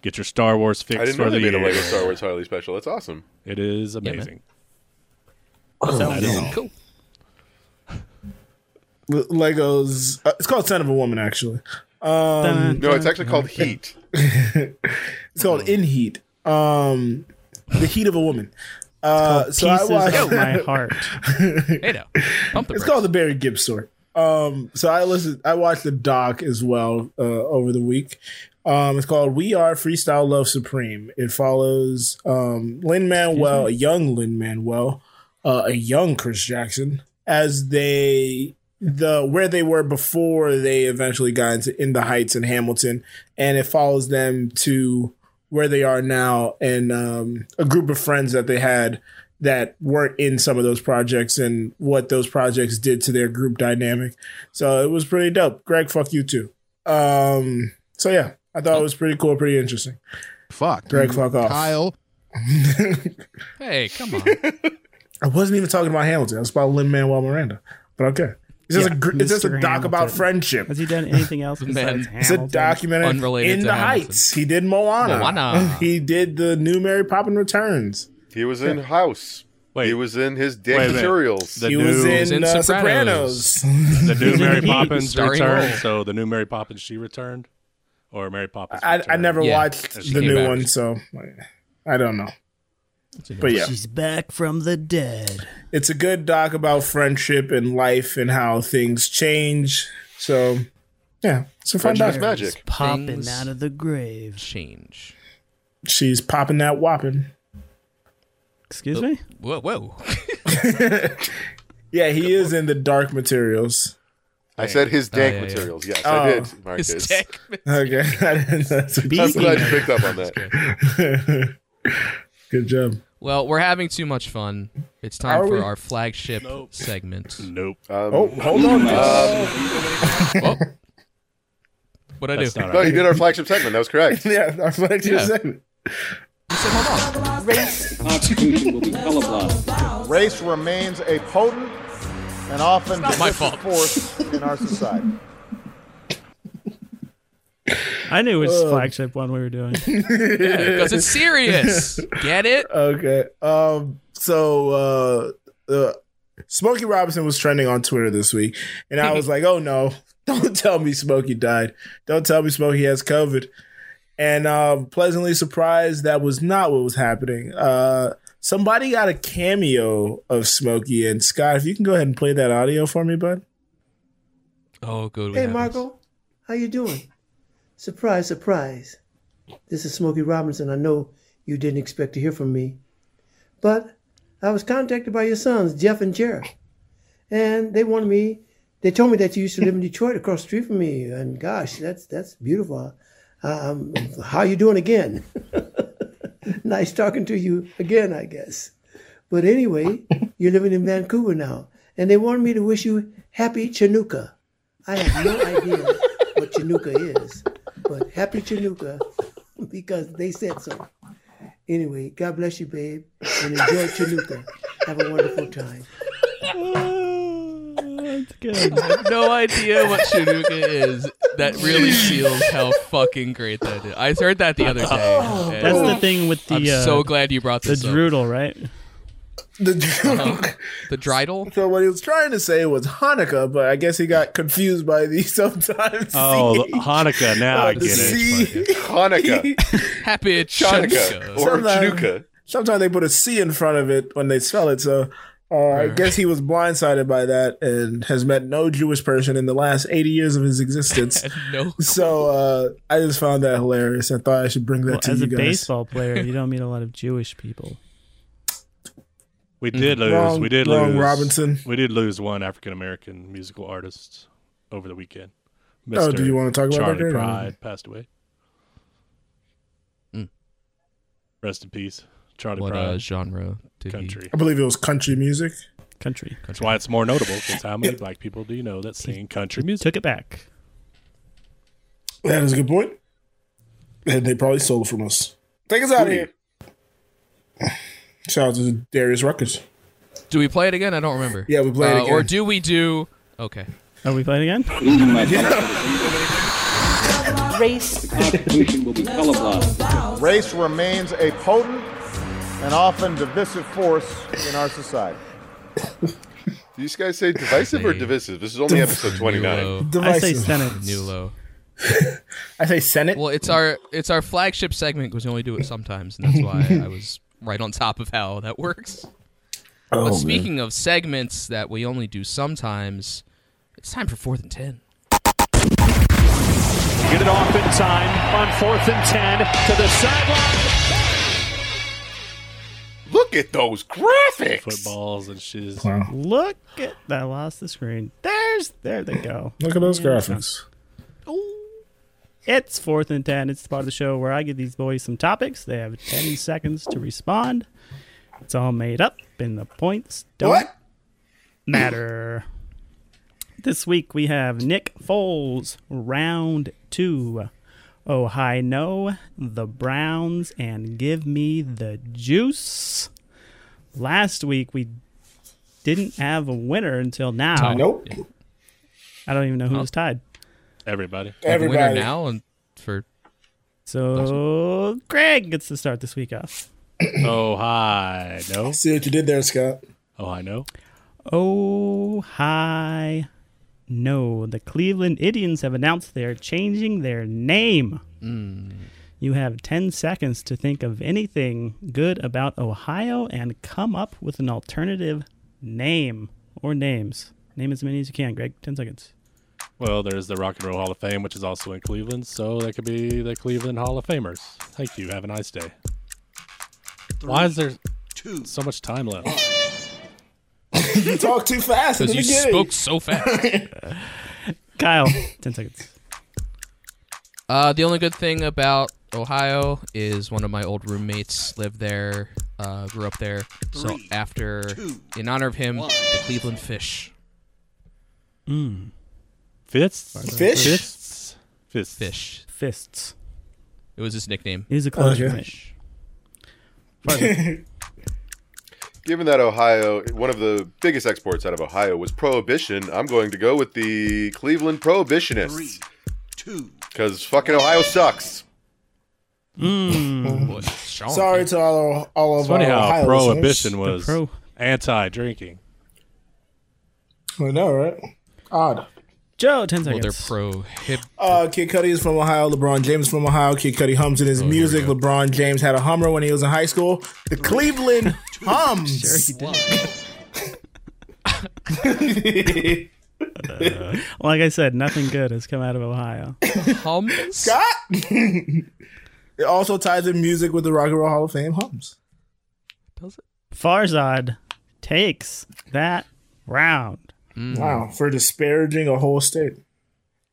Speaker 9: Get your Star Wars
Speaker 8: I
Speaker 9: fix
Speaker 8: didn't
Speaker 9: for
Speaker 8: know
Speaker 9: the
Speaker 8: they made a
Speaker 9: year.
Speaker 8: Lego Star Wars Harley special. That's awesome.
Speaker 9: It is
Speaker 7: man. Oh,
Speaker 9: amazing.
Speaker 7: Cool.
Speaker 6: Le- Legos. Uh, it's called Son of a Woman, actually.
Speaker 8: No, it's actually called Heat.
Speaker 6: It's called
Speaker 5: Oh.
Speaker 6: In Heat. Um, the Heat of a Woman. Uh, so I
Speaker 5: Pieces
Speaker 6: watched.
Speaker 5: of my heart.
Speaker 7: Hey, now. Pump the
Speaker 6: It's
Speaker 7: brakes.
Speaker 6: called the Barry Gibb story. Um, so I listened. I watched the doc as well uh, over the week. Um, it's called We Are Freestyle Love Supreme. It follows um, Lin Manuel, a young Lin Manuel, uh, a young Chris Jackson, as they the where they were before they eventually got into In the Heights and Hamilton, and it follows them to where they are now and um, a group of friends that they had that weren't in some of those projects and what those projects did to their group dynamic. So it was pretty dope. Greg, fuck you too. Um, so yeah, I thought it was pretty cool, pretty interesting.
Speaker 3: Fuck.
Speaker 6: Greg, fuck off.
Speaker 3: Kyle.
Speaker 7: Hey, come on.
Speaker 6: I wasn't even talking about Hamilton. I was about Lin Manuel Miranda, but okay. It's just,
Speaker 5: Yeah,
Speaker 6: a, gr- it's just a
Speaker 5: Mr.
Speaker 6: doc about
Speaker 5: Hamilton.
Speaker 6: friendship.
Speaker 5: Has he done anything else besides
Speaker 7: Man.
Speaker 6: It's a
Speaker 5: Hamilton?
Speaker 6: documentary
Speaker 7: Unrelated
Speaker 6: in
Speaker 7: to
Speaker 6: the
Speaker 7: Hamilton.
Speaker 6: Heights. He did Moana.
Speaker 7: Moana.
Speaker 6: he did the new Mary Poppins Returns.
Speaker 8: He was in House.
Speaker 9: Wait.
Speaker 8: He was in his
Speaker 9: Wait a
Speaker 8: Dick
Speaker 9: minute.
Speaker 8: Materials.
Speaker 9: The
Speaker 6: He
Speaker 9: new,
Speaker 6: was in,
Speaker 7: in
Speaker 6: uh,
Speaker 7: Sopranos.
Speaker 6: Sopranos.
Speaker 9: the new Mary Poppins
Speaker 7: Starring
Speaker 9: returned.
Speaker 7: role.
Speaker 9: So the new Mary Poppins she returned, or Mary Poppins.
Speaker 6: I, I
Speaker 9: returned?
Speaker 6: never
Speaker 7: Yeah.
Speaker 6: watched
Speaker 7: She
Speaker 6: the
Speaker 7: came
Speaker 6: new
Speaker 7: back.
Speaker 6: one, so like, I don't know. But yeah,
Speaker 5: She's back from the dead.
Speaker 6: it's a good doc about friendship and life and how things change. So yeah, it's a fun
Speaker 8: Friendship
Speaker 6: doc.
Speaker 8: is magic.
Speaker 7: Popping Things- out
Speaker 5: of the grave.
Speaker 7: Change.
Speaker 6: She's popping that whopping.
Speaker 5: Excuse me?
Speaker 7: Whoa, whoa.
Speaker 6: Yeah, he is in the dark materials.
Speaker 8: I said his dank
Speaker 7: yeah, yeah.
Speaker 8: materials. Yes,
Speaker 6: Oh.
Speaker 8: I did. Marcus.
Speaker 7: His tech.
Speaker 6: Okay, I didn't know. That's
Speaker 8: I'm glad you picked up on that.
Speaker 6: good job.
Speaker 7: Well, we're having too much fun. It's time
Speaker 6: Are
Speaker 7: for
Speaker 6: we?
Speaker 7: our flagship segment.
Speaker 9: Nope.
Speaker 8: Um,
Speaker 6: Oh, hold on.
Speaker 7: What Oh. I do?
Speaker 9: That's not
Speaker 8: No,
Speaker 9: our
Speaker 8: you did our flagship segment. That was correct.
Speaker 6: yeah, I flagged you a second.
Speaker 11: Race remains a potent and often
Speaker 7: not my
Speaker 11: divisive
Speaker 7: fault.
Speaker 11: force in our society.
Speaker 5: I knew which flagship one we were doing.
Speaker 7: Because it's serious. Get it?
Speaker 6: Okay. Um. So, uh, uh, Smokey Robinson was trending on Twitter this week, and I was like, "Oh no! Don't tell me Smokey died. Don't tell me Smokey has COVID." And um, pleasantly surprised, that was not what was happening. Uh, somebody got a cameo of Smokey and Scott. If you can go ahead and play that audio for me, bud.
Speaker 7: Oh, good.
Speaker 12: Hey, Marco, how you doing? Surprise, surprise. This is Smokey Robinson. I know you didn't expect to hear from me, but I was contacted by your sons, Jeff and Jared, and they wanted me. They told me that you used to live in Detroit, across the street from me. And gosh, that's that's beautiful. Um, how you doing again? nice talking to you again, I guess. But anyway, you're living in Vancouver now, and they wanted me to wish you happy Chinooka. I have no idea what Chinooka is, but happy Chinooka because they said so. Anyway, God bless you, babe, and enjoy Chinooka. Have a wonderful time.
Speaker 5: That's good.
Speaker 7: I have no idea what Shinuka is. That really seals how fucking great that is. I heard that the other day.
Speaker 9: Oh.
Speaker 7: and
Speaker 5: That's the thing with the
Speaker 7: I'm
Speaker 5: uh,
Speaker 7: so glad you brought
Speaker 5: the
Speaker 7: this up.
Speaker 5: droodle, right?
Speaker 6: The
Speaker 7: The dreidel?
Speaker 6: so what he was trying to say was Hanukkah, but I guess he got confused by the sometimes.
Speaker 9: Oh,
Speaker 6: C.
Speaker 9: Hanukkah. Now I
Speaker 6: The
Speaker 9: get it.
Speaker 6: C.
Speaker 8: Hanukkah.
Speaker 7: Happy
Speaker 8: Chanukah.
Speaker 7: Chanukah.
Speaker 8: Or
Speaker 6: Sometimes-
Speaker 8: Chanukah.
Speaker 6: sometimes they put a C in front of it when they spell it. So uh, I guess he was blindsided by that and has met no Jewish person in the last 80 years of his existence.
Speaker 7: No.
Speaker 6: so uh, I just found that hilarious and thought I should bring that
Speaker 5: Well,
Speaker 6: to
Speaker 5: as
Speaker 6: you
Speaker 5: a
Speaker 6: guys.
Speaker 5: baseball player, you don't meet a lot of Jewish people.
Speaker 9: We
Speaker 13: Mm-hmm.
Speaker 9: did lose.
Speaker 6: Wrong-
Speaker 9: we did
Speaker 6: wrong
Speaker 9: lose.
Speaker 6: Robinson.
Speaker 9: We did lose one African American musical artist over the weekend.
Speaker 6: Oh, do you wanna talk about that
Speaker 9: Charlie
Speaker 6: later?
Speaker 9: Pride passed away.
Speaker 7: Mm.
Speaker 9: Rest in peace, Charlie
Speaker 7: What
Speaker 9: Pride.
Speaker 7: uh, genre did
Speaker 9: country.
Speaker 6: I believe it was country music.
Speaker 5: Country.
Speaker 9: That's why it's more notable. Because how many black people do you know that sing country music?
Speaker 5: Took it back.
Speaker 6: That is a good point. And they probably stole it from us. Take us out of here. Shout out to Darius Ruckers.
Speaker 7: he... Do we play it again? I don't remember.
Speaker 6: Yeah, we play it
Speaker 7: Uh, Or
Speaker 6: again.
Speaker 7: do we do... Okay.
Speaker 5: Are we playing again?
Speaker 11: Race remains a potent and often divisive force in our society.
Speaker 8: Do you guys say divisive or divisive? This is only episode 29.
Speaker 7: Nulo.
Speaker 5: I say
Speaker 6: Divisive.
Speaker 5: sentence.
Speaker 7: Nulo.
Speaker 6: I say Senate.
Speaker 7: Well, it's our it's our flagship segment because we only do it sometimes, and that's why I was right on top of how that works.
Speaker 9: Oh,
Speaker 6: Oh,
Speaker 7: but speaking of segments that we only do sometimes, it's time for fourth and ten.
Speaker 13: Get it off in time on fourth and ten to the sideline.
Speaker 8: Look at those graphics.
Speaker 9: Footballs and shiz.
Speaker 6: Wow.
Speaker 5: Look at that. Lost the screen. There's there they go.
Speaker 6: Look at those
Speaker 5: Yeah.
Speaker 6: graphics.
Speaker 5: It's fourth and ten. It's the part of the show where I give these boys some topics. They have ten seconds to respond. It's all made up, and the points don't matter. this week we have Nick Foles, round two. Oh hi no, the Browns, and give me the juice. Last week we didn't have a winner until now.
Speaker 7: Tied.
Speaker 6: Nope.
Speaker 5: I don't even know who
Speaker 7: Oh.
Speaker 5: was tied.
Speaker 9: Everybody.
Speaker 7: Have a winner
Speaker 5: Everybody.
Speaker 7: now and for
Speaker 5: So Greg gets to start this week off.
Speaker 9: Oh, hi. No.
Speaker 6: See what you did there, Scott.
Speaker 9: Oh, I know.
Speaker 5: Oh hi. No, the Cleveland Indians have announced they're changing their name.
Speaker 7: Hmm.
Speaker 5: You have 10 seconds to think of anything good about Ohio and come up with an alternative name or names. Name as many as you can, Greg. 10 seconds.
Speaker 9: Well, there's the Rock and Roll Hall of Fame, which is also in Cleveland, so that could be the Cleveland Hall of Famers. Thank you. Have a nice day. Why is there so much time left?
Speaker 6: you talk too fast. in the beginning.
Speaker 5: Kyle, 10 seconds.
Speaker 7: Uh, the only good thing about Ohio is one of my old roommates lived there, uh, grew up there. so
Speaker 9: Three,
Speaker 7: after,
Speaker 9: two,
Speaker 7: in honor of him, the Cleveland Fish.
Speaker 9: Mm. Fists?
Speaker 7: Fish?
Speaker 9: Fists? Fists.
Speaker 7: Fish.
Speaker 5: Fists.
Speaker 7: It was his nickname.
Speaker 5: He's a
Speaker 8: closer, Okay. Given that Ohio, one of the biggest exports out of Ohio was prohibition, I'm going to go with the Cleveland Prohibitionists. Because fucking Ohio sucks.
Speaker 9: Mm-hmm.
Speaker 5: Mm.
Speaker 6: Sorry to all, all
Speaker 9: Oh,
Speaker 6: of
Speaker 9: It's funny
Speaker 6: our
Speaker 9: how
Speaker 6: Ohio
Speaker 9: prohibition was
Speaker 6: listeners.
Speaker 9: anti-drinking.
Speaker 6: I know, right? Odd.
Speaker 5: Joe, 10
Speaker 7: Well, they're
Speaker 5: seconds.
Speaker 7: pro hip.
Speaker 6: Uh, Kid Cudi is from Ohio. LeBron James is from Ohio. Kid Cudi hums in
Speaker 9: Oh,
Speaker 6: his music. LeBron James had a Hummer when he was in high school. The Cleveland Hums.
Speaker 5: like I said, nothing good has come out of Ohio.
Speaker 6: Scott. it also ties in music with the Rock and Roll Hall of Fame Hums.
Speaker 5: Farzad takes that round.
Speaker 9: Mm.
Speaker 6: Wow, for disparaging a whole state.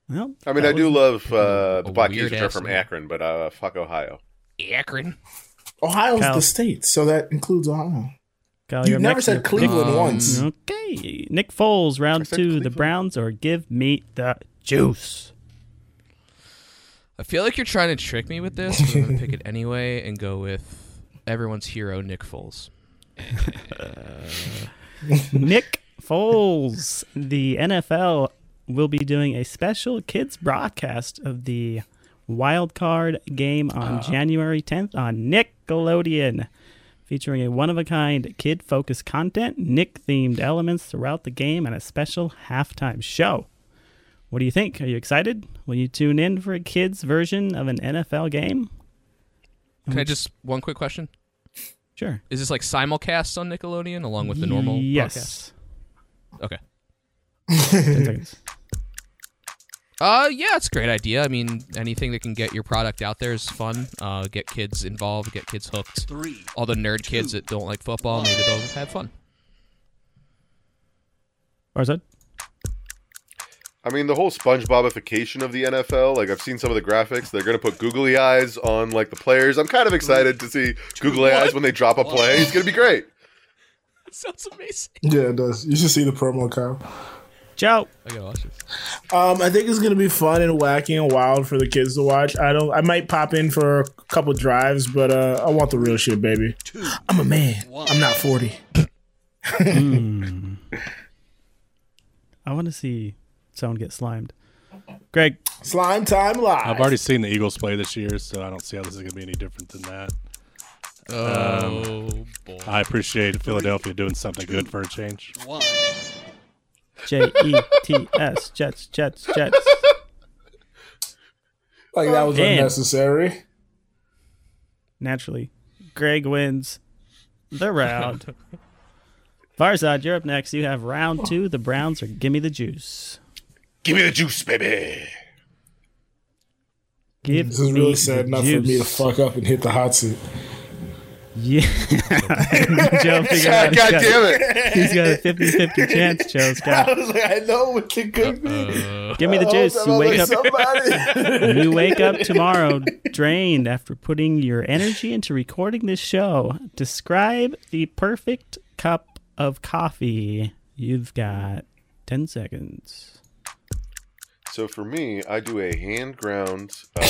Speaker 5: Well,
Speaker 8: I mean, I do love uh, the Black Keys, which are
Speaker 6: weird-ass
Speaker 8: from
Speaker 6: name.
Speaker 8: Akron, but uh, fuck Ohio.
Speaker 7: Akron.
Speaker 6: Ohio's
Speaker 5: Cal.
Speaker 6: the state, so that includes Ohio.
Speaker 5: Kyle,
Speaker 6: You've
Speaker 5: you're up
Speaker 6: never
Speaker 5: next.
Speaker 6: said Cleveland
Speaker 5: Um,
Speaker 6: once.
Speaker 5: Okay. Nick Foles, round two. The Browns or give me the juice.
Speaker 7: I feel like you're trying to trick me with this, but I'm going to pick it anyway and go with everyone's hero, Nick Foles.
Speaker 5: Nick Foles, the NFL will be doing a special kids broadcast of the wild card game on January 10th on Nickelodeon, featuring a one of a kind kid focused content, Nick themed elements throughout the game, and a special halftime show. What do you think? Are you excited? Will you tune in for a kids version of an NFL game?
Speaker 7: Can I just, one quick question?
Speaker 5: Sure.
Speaker 7: Is this like simulcast on Nickelodeon along with the normal
Speaker 5: Yes.
Speaker 7: podcast? Okay.
Speaker 5: 10 seconds.
Speaker 7: Uh, yeah, it's a great idea. I mean, anything that can get your product out there is fun. Uh, get kids involved, get kids hooked.
Speaker 14: Three,
Speaker 7: All the nerd kids that don't like football, maybe they'll have fun.
Speaker 5: Farzad?
Speaker 8: I mean, the whole SpongeBobification of the NFL. Like, I've seen some of the graphics. They're gonna put googly eyes on like the players. I'm kind of excited to see googly eyes when they drop a play. It's gonna be great.
Speaker 7: Sounds amazing.
Speaker 6: Yeah, it does. You should see the promo, Kyle.
Speaker 5: Ciao.
Speaker 7: I gotta watch this.
Speaker 6: Um, I think it's gonna be fun and wacky and wild for the kids to watch. I don't. I might pop in for a couple drives, but uh, I want the real shit, baby. I'm a man. I'm not forty.
Speaker 5: I want to see someone get slimed. Greg.
Speaker 6: Slime time live.
Speaker 9: I've already seen the Eagles play this year, so I don't see how this is going to be any different than that. Um,
Speaker 7: Oh, boy.
Speaker 9: I appreciate Philadelphia doing something good for a change.
Speaker 5: J E T S. Jets, Jets, Jets.
Speaker 6: Like that was
Speaker 5: Damn.
Speaker 6: unnecessary.
Speaker 5: Naturally, Greg wins the round. Farzad, you're up next. You have round two. The Browns are gimme the juice.
Speaker 8: Give me the juice, baby.
Speaker 5: Give
Speaker 6: This is
Speaker 5: me
Speaker 6: really sad
Speaker 5: the
Speaker 6: enough for me to
Speaker 5: juice.
Speaker 6: fuck up and hit the hot seat.
Speaker 5: Yeah. Joe figured out he's
Speaker 6: God
Speaker 5: got-
Speaker 6: damn it.
Speaker 5: He's got a 50 50 chance, Joe's
Speaker 6: I
Speaker 5: got.
Speaker 6: was like, I know what can cook me.
Speaker 5: Give me the
Speaker 6: I hope
Speaker 5: juice.
Speaker 6: that
Speaker 5: You
Speaker 6: I'm
Speaker 5: wake
Speaker 6: like
Speaker 5: up.
Speaker 6: somebody.
Speaker 5: you wake up tomorrow drained after putting your energy into recording this show. Describe the perfect cup of coffee. You've got 10 seconds.
Speaker 8: So for me, I do a hand ground uh,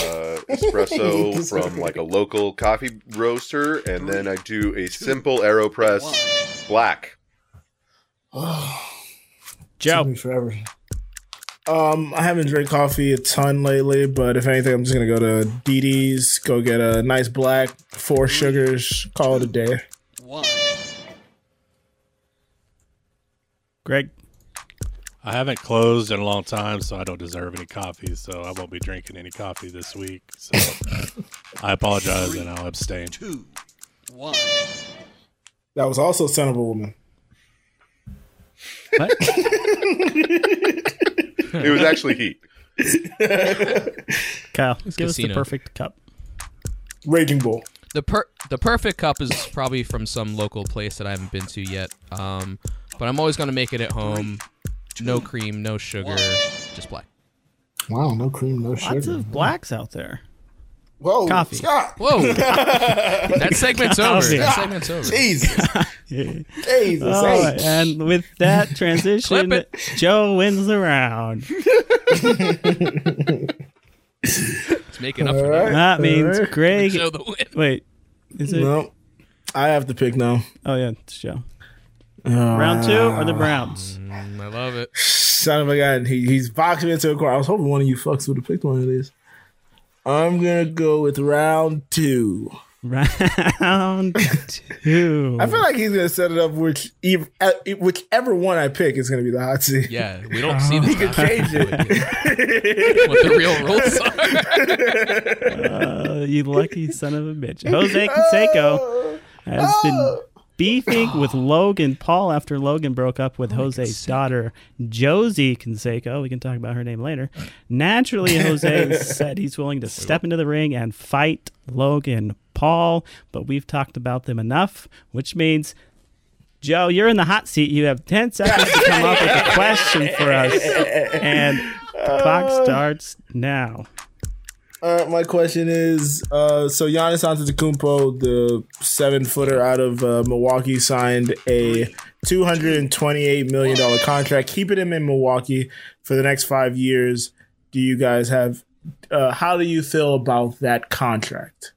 Speaker 8: espresso from like a local coffee roaster, and then I do a simple Aeropress black.
Speaker 5: Joe.
Speaker 6: Took me forever. Um, I haven't drank coffee a ton lately, but if anything, I'm just gonna go to Dee Dee's, go get a nice black, four sugars, call it a day.
Speaker 5: Greg.
Speaker 9: I haven't closed in a long time, so I don't deserve any coffee. So I won't be drinking any coffee this week. So I apologize, and I'll abstain.
Speaker 6: That was also son of a woman.
Speaker 5: What?
Speaker 8: It was actually heat.
Speaker 5: Kyle,
Speaker 7: It's
Speaker 5: give us
Speaker 7: casino.
Speaker 5: the perfect cup.
Speaker 6: Raging Bull.
Speaker 7: The per the perfect cup is probably from some local place that I haven't been to yet. Um, but I'm always gonna make it at home. No cream, no sugar, just black.
Speaker 6: Wow, no cream, no
Speaker 5: Lots of blacks out there.
Speaker 6: Whoa,
Speaker 5: Coffee.
Speaker 6: Scott.
Speaker 7: Whoa. that segment's over.
Speaker 5: Coffee.
Speaker 7: That segment's over.
Speaker 6: Jesus, Jesus,
Speaker 5: All
Speaker 6: hey.
Speaker 5: right, Oh, and with that transition, Joe wins the round.
Speaker 7: It's making up for
Speaker 6: All right.
Speaker 5: That means
Speaker 6: All right.
Speaker 5: Greg.
Speaker 7: Joe the win.
Speaker 5: Wait, is it?
Speaker 6: no, I have to pick now.
Speaker 5: Oh yeah, it's Joe.
Speaker 6: Uh,
Speaker 5: Round two or the Browns?
Speaker 7: Mm, I love it.
Speaker 6: Son of a gun. He, he's boxing into a corner. I was hoping one of you fucks would have picked one of these. I'm gonna go with round two. Uh.
Speaker 5: Round two.
Speaker 6: I feel like he's gonna set it up which ev- uh, whichever one I pick is gonna be the hot seat.
Speaker 7: Yeah, we don't see this.
Speaker 6: he could change it.
Speaker 7: What the real rules are.
Speaker 5: Uh, you lucky son of a bitch. Jose Canseco has been beefing with Logan Paul after Logan broke up with Jose's daughter, Josie Canseco. We can talk about her name later. Naturally, Jose said he's willing to step into the ring and fight Logan Paul, but we've talked about them enough, which means. Joe, you're in the hot seat. You have 10 seconds to come up with a question for us. And the clock starts now.
Speaker 6: All right, my question is: uh, So Giannis Antetokounmpo, the seven-footer out of uh, Milwaukee, signed a two hundred and twenty-eight million dollar contract, keeping him in Milwaukee for the next five years. Do you guys have? Uh, how do you feel about that contract?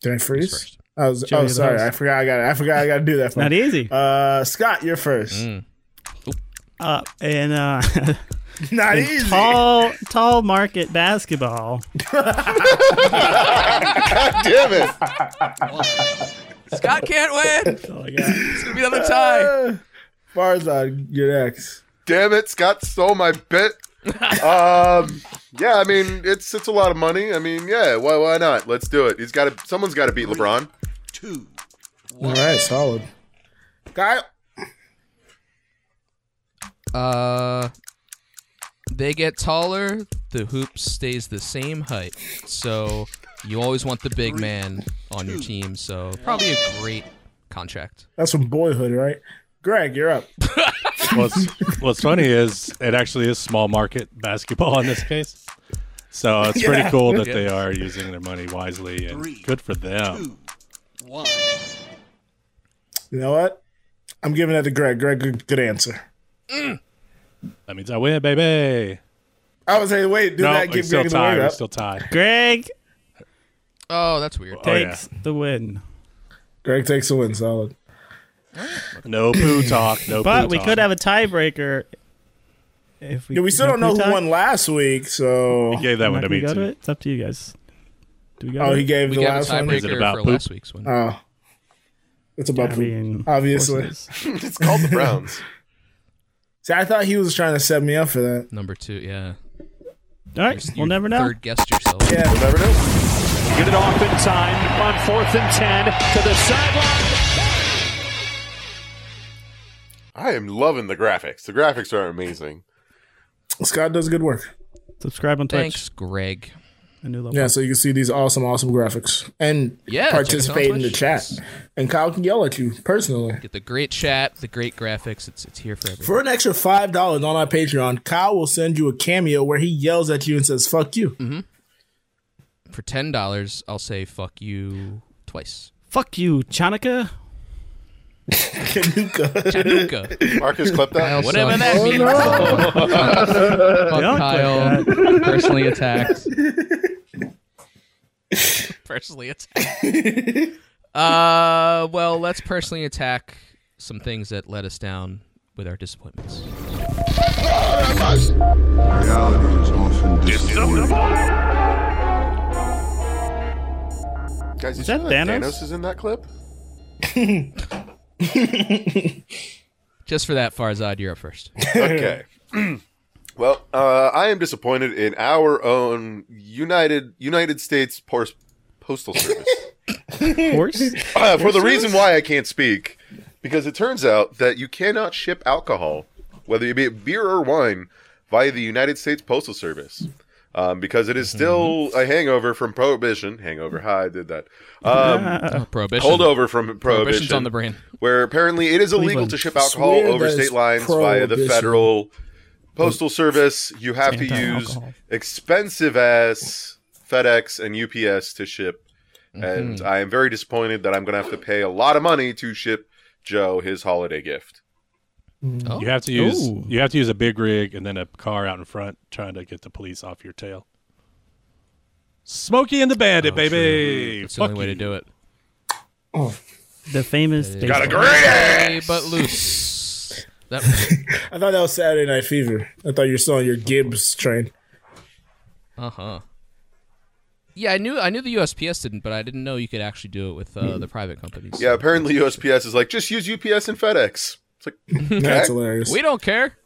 Speaker 6: Did I freeze?
Speaker 7: first?
Speaker 6: I was,
Speaker 5: Joe,
Speaker 6: oh,
Speaker 5: you're the
Speaker 6: sorry. I
Speaker 5: host.
Speaker 6: forgot. I got. I forgot. I got to do that. For
Speaker 5: Not easy. Mm.
Speaker 6: Uh, Scott, you're first.
Speaker 5: Uh, and uh,
Speaker 6: Not
Speaker 5: in
Speaker 6: easy.
Speaker 5: tall, tall market basketball.
Speaker 8: God damn it!
Speaker 7: Scott can't win.
Speaker 5: Oh my God.
Speaker 7: It's gonna be another tie.
Speaker 6: Farzad, you're next.
Speaker 8: Damn it! Scott stole my bit. Um, yeah, I mean it's it's a lot of money. I mean, yeah, why why not? Let's do it. He's got to. Someone's got to beat LeBron.
Speaker 6: All right, solid. Guy,
Speaker 7: Uh, they get taller. The hoop stays the same height. So you always want the big man on your team. So probably a great contract.
Speaker 6: That's from Boyhood, right? Greg, you're up.
Speaker 9: what's what's funny is it actually is small market basketball in this case. So it's
Speaker 6: Yeah.
Speaker 9: pretty cool that
Speaker 7: Yeah.
Speaker 9: they are using their money wisely and good for them.
Speaker 6: You know what? I'm giving that to Greg. Greg, good, good answer.
Speaker 9: That means I win, baby.
Speaker 6: I was saying, wait, did
Speaker 9: no,
Speaker 6: that
Speaker 9: we're
Speaker 6: give
Speaker 9: still
Speaker 6: Greg the
Speaker 9: tied.
Speaker 6: win
Speaker 9: We're
Speaker 6: up?
Speaker 9: still tied.
Speaker 5: Greg
Speaker 7: Oh, that's weird.
Speaker 9: Oh, yeah.
Speaker 5: takes the win,
Speaker 6: Greg takes the win, solid.
Speaker 9: No poo talk. No poo
Speaker 5: but we
Speaker 9: talk.
Speaker 5: could have a tiebreaker. If we,
Speaker 6: Yeah, we still
Speaker 5: no
Speaker 6: don't know
Speaker 5: pre-tie?
Speaker 6: who won last week, so
Speaker 9: He gave that
Speaker 5: Not
Speaker 9: one to
Speaker 5: gonna
Speaker 9: me
Speaker 5: go to
Speaker 9: too.
Speaker 5: it? It's up to you guys. Do we go?
Speaker 6: oh,
Speaker 5: to
Speaker 6: he
Speaker 5: it?
Speaker 6: gave
Speaker 7: We
Speaker 6: the
Speaker 7: got a
Speaker 6: last one.
Speaker 9: Is it
Speaker 7: tiebreaker
Speaker 9: about
Speaker 7: for
Speaker 9: poop?
Speaker 7: last week's one.
Speaker 6: Oh, it's about
Speaker 5: I
Speaker 6: poop,
Speaker 5: mean, of
Speaker 6: obviously.
Speaker 5: course it is.
Speaker 8: It's called the Browns.
Speaker 6: See, I thought he was trying to set me up for that.
Speaker 7: Number two, yeah.
Speaker 5: All right,
Speaker 7: You
Speaker 5: we'll never know.
Speaker 7: Third guessed yourself.
Speaker 6: Yeah.
Speaker 8: Never know.
Speaker 13: Get it off in time on fourth and ten to the sideline.
Speaker 8: I am loving the graphics. The graphics are amazing.
Speaker 6: Scott does good work.
Speaker 5: Subscribe on Twitch.
Speaker 7: Thanks, Greg.
Speaker 5: A new level.
Speaker 6: Yeah, so you can see these awesome, awesome graphics and
Speaker 7: Yeah, check us
Speaker 6: participate
Speaker 7: out
Speaker 6: in
Speaker 7: on
Speaker 6: the
Speaker 7: Twitch.
Speaker 6: chat. And Kyle can yell at you personally.
Speaker 7: Get the great chat, the great graphics. It's it's here for everyone.
Speaker 6: For an extra five dollars on our Patreon, Kyle will send you a cameo where he yells at you and says "fuck you."
Speaker 7: Mm-hmm. For ten dollars, I'll say fuck you twice.
Speaker 5: Fuck you, Chanukah.
Speaker 7: Chanukah.
Speaker 8: Marcus clip that.
Speaker 7: Kyle Whatever sucks. that means. Fuck
Speaker 5: Don't clip
Speaker 7: Kyle.
Speaker 5: that.
Speaker 7: Personally attacked. personally attack. uh, well, let's personally attack some things that let us down with our disappointments.
Speaker 14: Reality is often
Speaker 8: Guys, did
Speaker 5: Was
Speaker 8: you
Speaker 5: that
Speaker 8: know that
Speaker 5: Thanos?
Speaker 8: Thanos? is in that clip?
Speaker 7: Just for that, Farzad, you're up first.
Speaker 8: Okay. well, uh, I am disappointed in our own United United States Por- Postal Service.
Speaker 5: Horse?
Speaker 8: Uh, for the reason why I can't speak, because it turns out that you cannot ship alcohol, whether it be beer or wine, via the United States Postal Service, um, because it is still a hangover from Prohibition. Hangover, hi, I did that. Um,
Speaker 7: Prohibition.
Speaker 8: Holdover from Prohibition.
Speaker 7: Prohibition's on the brand.
Speaker 8: Where apparently it is illegal
Speaker 7: Cleveland.
Speaker 8: to ship alcohol
Speaker 7: Swear
Speaker 8: over
Speaker 7: that it's
Speaker 8: state lines via the
Speaker 7: Prohibition.
Speaker 8: federal postal service. You have to use
Speaker 7: anti-alcohol.
Speaker 8: expensive ass FedEx and UPS to ship. And
Speaker 7: Mhm.
Speaker 8: I am very disappointed that I'm going to have to pay a lot of money to ship Joe his holiday gift.
Speaker 7: Oh.
Speaker 9: You have to use
Speaker 7: Ooh.
Speaker 9: you have to use a big rig and then a car out in front trying to get the police off your tail. Smokey and the Bandit, baby.
Speaker 7: Oh, That's the
Speaker 9: Fuck
Speaker 7: only way to do it.
Speaker 5: The famous.
Speaker 7: That is-
Speaker 5: baseball-
Speaker 9: Got a great
Speaker 7: Hey, but loose. That
Speaker 6: I thought that was Saturday Night Fever. I thought you were still on your Gibbs train.
Speaker 7: Uh huh. Yeah, I knew I knew the USPS didn't, but I didn't know you could actually do it with uh, the private companies.
Speaker 8: Yeah, apparently USPS is like, just use UPS and FedEx. It's like, okay.
Speaker 6: That's hilarious.
Speaker 7: we don't care.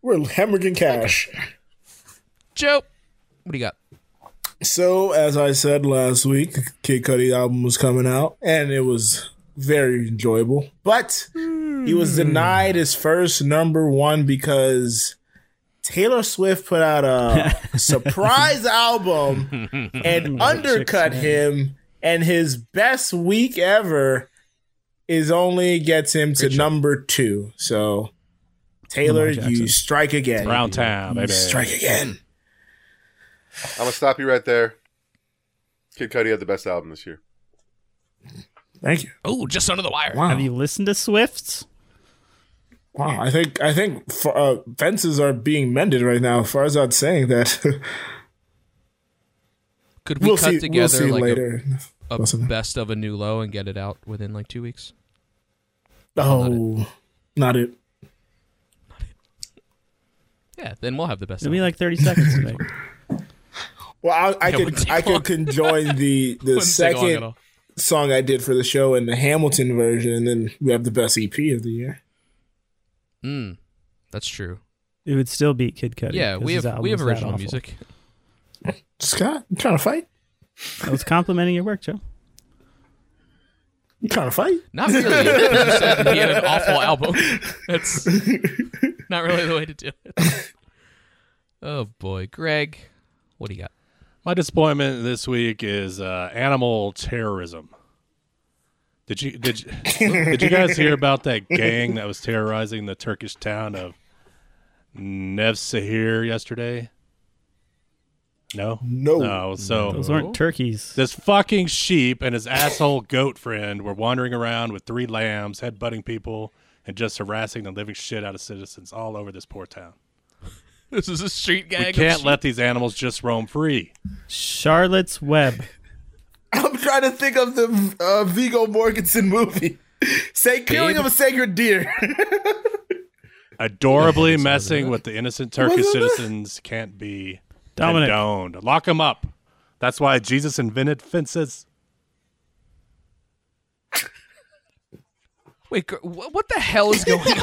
Speaker 6: We're hemorrhaging cash.
Speaker 7: Joe, what do you got?
Speaker 6: So, as I said last week, Kid Cudi album was coming out, and it was very enjoyable. But he was denied his first number one because Taylor Swift put out a surprise album and undercut him, and his best week ever is only gets him to number two. So, Taylor,
Speaker 9: Lamar
Speaker 6: you
Speaker 9: Jackson.
Speaker 6: strike again.
Speaker 9: Brown town,
Speaker 6: You
Speaker 9: baby.
Speaker 6: Strike again.
Speaker 8: I'm going to stop you right there. Kid Cudi had the best album this year.
Speaker 6: Thank you.
Speaker 7: Oh, just under the wire.
Speaker 5: Have you listened to Swifts?
Speaker 6: Wow, I think I think f- uh, fences are being mended right now. Farzad's saying that.
Speaker 7: Could we
Speaker 6: We'll
Speaker 7: cut
Speaker 6: see-
Speaker 7: together
Speaker 6: we'll see
Speaker 7: like a-
Speaker 6: later.
Speaker 7: a,
Speaker 6: What's it-
Speaker 7: best of a new low and get it out within like two weeks?
Speaker 6: oh, not it.
Speaker 7: Yeah, then we'll have the best.
Speaker 5: It'll
Speaker 7: of
Speaker 5: be
Speaker 7: it.
Speaker 5: like 30 seconds today.
Speaker 6: Well, I, I
Speaker 7: Yeah, wouldn't
Speaker 6: could
Speaker 7: take
Speaker 6: I
Speaker 7: long.
Speaker 6: could conjoin the the
Speaker 7: Wouldn't take long at
Speaker 6: second
Speaker 7: all.
Speaker 6: song I did for the show and the Hamilton version, and then we have the best EP of the year.
Speaker 7: Mm, that's true.
Speaker 5: It would still beat Kid Cudi.
Speaker 7: yeah,
Speaker 5: 'cause
Speaker 7: we
Speaker 5: his
Speaker 7: have
Speaker 5: album
Speaker 7: we have
Speaker 5: was that
Speaker 7: original
Speaker 5: awful.
Speaker 7: music.
Speaker 6: Scott, you trying to fight?
Speaker 5: I was complimenting your work, Joe.
Speaker 6: You trying to fight?
Speaker 7: Not really. you said he had an awful album. That's not really the way to do it. Oh boy, Greg, what do you got?
Speaker 9: My disappointment this week is uh, animal terrorism. Did you did you, did you guys hear about that gang that was terrorizing the Turkish town of Nevşehir yesterday? No,
Speaker 6: No.
Speaker 9: no. So
Speaker 7: Oh.
Speaker 5: Those weren't turkeys.
Speaker 9: This fucking sheep and his asshole goat friend were wandering around with three lambs, headbutting people, and just harassing the living shit out of citizens all over this poor town.
Speaker 7: This is a street gang.
Speaker 9: We
Speaker 7: of
Speaker 9: can't
Speaker 7: shit.
Speaker 9: let these animals just roam free.
Speaker 5: Charlotte's Web.
Speaker 6: I'm trying to think of the uh, Vigo Mortensen movie. Say killing
Speaker 7: Babe.
Speaker 6: of a sacred deer.
Speaker 9: Adorably messing with the innocent Turkish
Speaker 6: Wasn't it?
Speaker 9: citizens can't be
Speaker 5: Dominic.
Speaker 9: condoned. Lock them up. That's why Jesus invented fences.
Speaker 7: Wait, Gr- wh- what the hell is going on?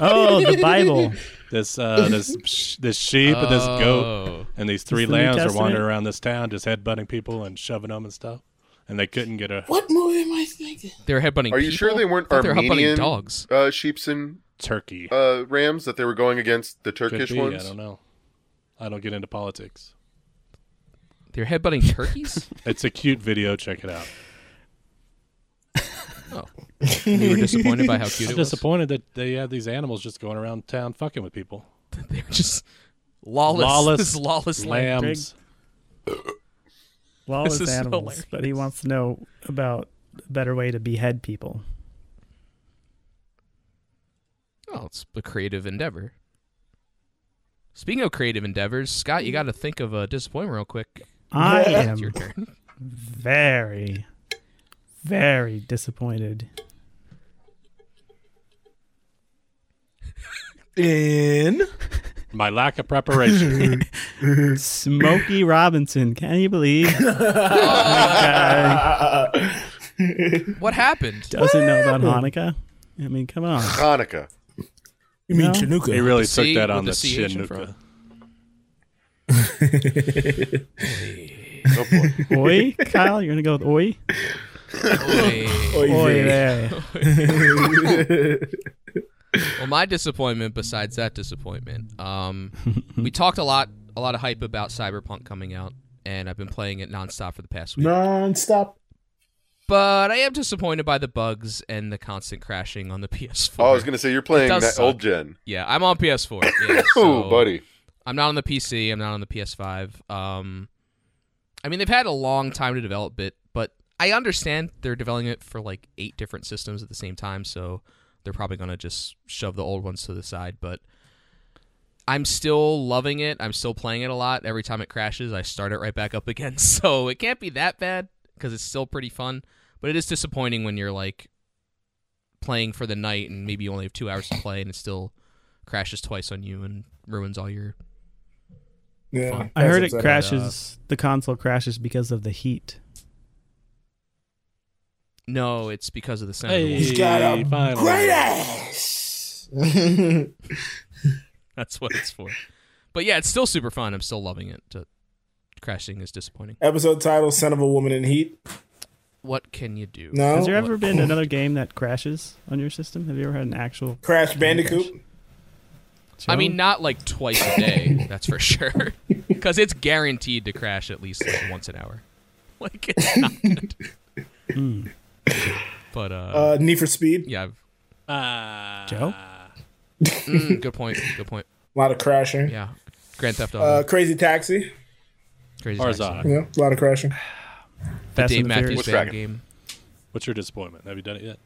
Speaker 5: Oh, the Bible.
Speaker 9: This uh, this sh- this sheep and this
Speaker 7: Oh.
Speaker 9: goat and these three
Speaker 5: It's the New
Speaker 9: lambs are wandering
Speaker 5: Testament?
Speaker 9: around this town, just headbutting people and shoving them and stuff. And they couldn't get a
Speaker 6: what movie am I thinking?
Speaker 7: They're headbutting.
Speaker 8: Are you sure
Speaker 7: people?
Speaker 8: they weren't
Speaker 7: I thought they were
Speaker 8: Armenian
Speaker 7: headbutting dogs?
Speaker 8: Uh, sheeps and
Speaker 9: turkey.
Speaker 8: uh, rams that they were going against the
Speaker 9: Could
Speaker 8: Turkish
Speaker 9: be,
Speaker 8: ones?
Speaker 9: I don't know. I don't get into politics.
Speaker 7: They're headbutting turkeys?
Speaker 9: it's a cute video. Check it out.
Speaker 7: Oh. You were disappointed by how
Speaker 9: I'm
Speaker 7: cute it was?
Speaker 9: disappointed that they have these animals just going around town fucking with people.
Speaker 7: They're just lawless. This is lawless land.
Speaker 9: lambs.
Speaker 5: Lawless
Speaker 7: This is
Speaker 5: animals,
Speaker 7: hilarious.
Speaker 5: but he wants to know about a better way to behead people.
Speaker 7: Oh, it's a creative endeavor. Speaking of creative endeavors, Scott, you got to think of a disappointment real quick.
Speaker 5: I
Speaker 7: It's
Speaker 5: am
Speaker 7: your turn.
Speaker 5: very, very disappointed
Speaker 6: in
Speaker 9: My lack of preparation.
Speaker 5: Smokey Robinson. Can you believe? That guy
Speaker 7: What happened?
Speaker 5: doesn't know about Hanukkah. I mean, come on.
Speaker 8: Hanukkah.
Speaker 6: You mean
Speaker 5: No?
Speaker 6: Chinooka?
Speaker 9: He really
Speaker 7: The
Speaker 9: took
Speaker 7: C
Speaker 9: that
Speaker 7: with
Speaker 9: on
Speaker 7: the
Speaker 9: the,
Speaker 7: C H in
Speaker 9: Chinooka.
Speaker 8: Oh boy.
Speaker 5: Oi, Kyle, you're gonna go with oi.
Speaker 7: Oy.
Speaker 5: Oi there.
Speaker 7: well, my disappointment. Besides that disappointment, um, we talked a lot, a lot of hype about Cyberpunk coming out, and I've been playing it nonstop for the past week.
Speaker 6: Non-stop.
Speaker 7: But I am disappointed by the bugs and the constant crashing on the PS4.
Speaker 8: Oh, I was gonna say you're playing
Speaker 7: It does
Speaker 8: that
Speaker 7: suck.
Speaker 8: old gen.
Speaker 7: Yeah, I'm on PS4. Yeah,
Speaker 8: Oh,
Speaker 7: so
Speaker 8: buddy.
Speaker 7: I'm not on the PC. I'm not on the PS5. Um, I mean, they've had a long time to develop it, but I understand they're developing it for like eight different systems at the same time, so they're probably gonna just shove the old ones to the side. But I'm still loving it. I'm still playing it a lot. Every time it crashes, I start it right back up again. So it can't be that bad because it's still pretty fun. But it is disappointing when you're like playing for the night and maybe you only have two hours to play and it still crashes twice on you and ruins all your
Speaker 6: Yeah,
Speaker 5: I heard it
Speaker 6: that's upsetting.
Speaker 5: crashes. The console crashes because of the heat.
Speaker 7: No, it's because of the sound.
Speaker 9: Hey,
Speaker 7: of the
Speaker 6: He's
Speaker 7: wolf.
Speaker 6: got a
Speaker 9: finally.
Speaker 6: great ass.
Speaker 7: That's what it's for. But yeah, it's still super fun. I'm still loving it. To- crashing is disappointing.
Speaker 6: Episode title: "Son of a Woman in Heat."
Speaker 7: What can you do?
Speaker 6: No.
Speaker 5: Has there ever been another game that crashes on your system? Have you ever had an actual?
Speaker 6: Crash
Speaker 5: game
Speaker 6: Bandicoot.
Speaker 5: crash?
Speaker 7: I mean, not like twice a day. that's for sure. Because it's guaranteed to crash at least like, once an hour. Like it's not. Good. But uh,
Speaker 6: Uh, Need for Speed.
Speaker 7: yeah, I've,
Speaker 9: Uh,
Speaker 5: Joe.
Speaker 7: mm, good point. Good point.
Speaker 6: A lot of crashing.
Speaker 7: Yeah, Grand Theft Auto.
Speaker 6: Uh, Crazy Taxi.
Speaker 7: Crazy.
Speaker 9: Tarzan.
Speaker 7: Taxi.
Speaker 6: Yeah, a lot of crashing.
Speaker 7: The
Speaker 5: Fast
Speaker 7: Dave
Speaker 5: and the Furious.
Speaker 7: Matthews
Speaker 8: What's
Speaker 7: Band
Speaker 8: cracking?
Speaker 7: game.
Speaker 9: What's your disappointment? Have you done it yet?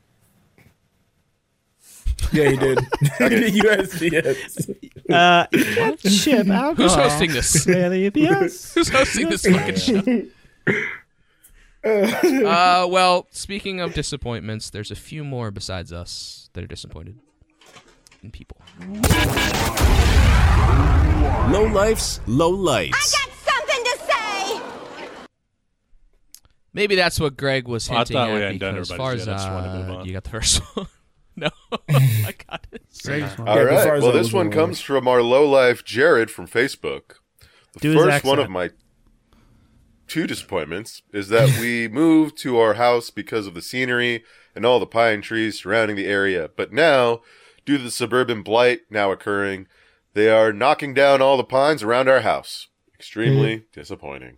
Speaker 6: Yeah, you did. USDS.
Speaker 5: Uh, yeah, chip alcohol.
Speaker 7: Who's hosting this?
Speaker 5: Really, if yes.
Speaker 7: Who's hosting this fucking show? uh, well, speaking of disappointments, there's a few more besides us that are disappointed in people.
Speaker 2: Low lifes, low lights.
Speaker 15: Something to say!
Speaker 7: Maybe that's what Greg was
Speaker 9: Oh, I
Speaker 7: hinting
Speaker 9: thought
Speaker 7: at
Speaker 9: we hadn't done
Speaker 7: because
Speaker 9: everybody's yet. I just wanted to
Speaker 7: Farzad,
Speaker 9: move on.
Speaker 7: you got the first one. no, I got it.
Speaker 5: Greatest one.
Speaker 8: All
Speaker 6: Yeah,
Speaker 8: right.
Speaker 6: but Farzad
Speaker 8: Well,
Speaker 6: was
Speaker 8: this one
Speaker 6: the
Speaker 8: comes from our low life Jared from Facebook. The
Speaker 5: Do his
Speaker 8: first one
Speaker 5: accent.
Speaker 8: of my two disappointments is that we moved to our house because of the scenery and all the pine trees surrounding the area. But now, due to the suburban blight now occurring, they are knocking down all the pines around our house. Extremely disappointing.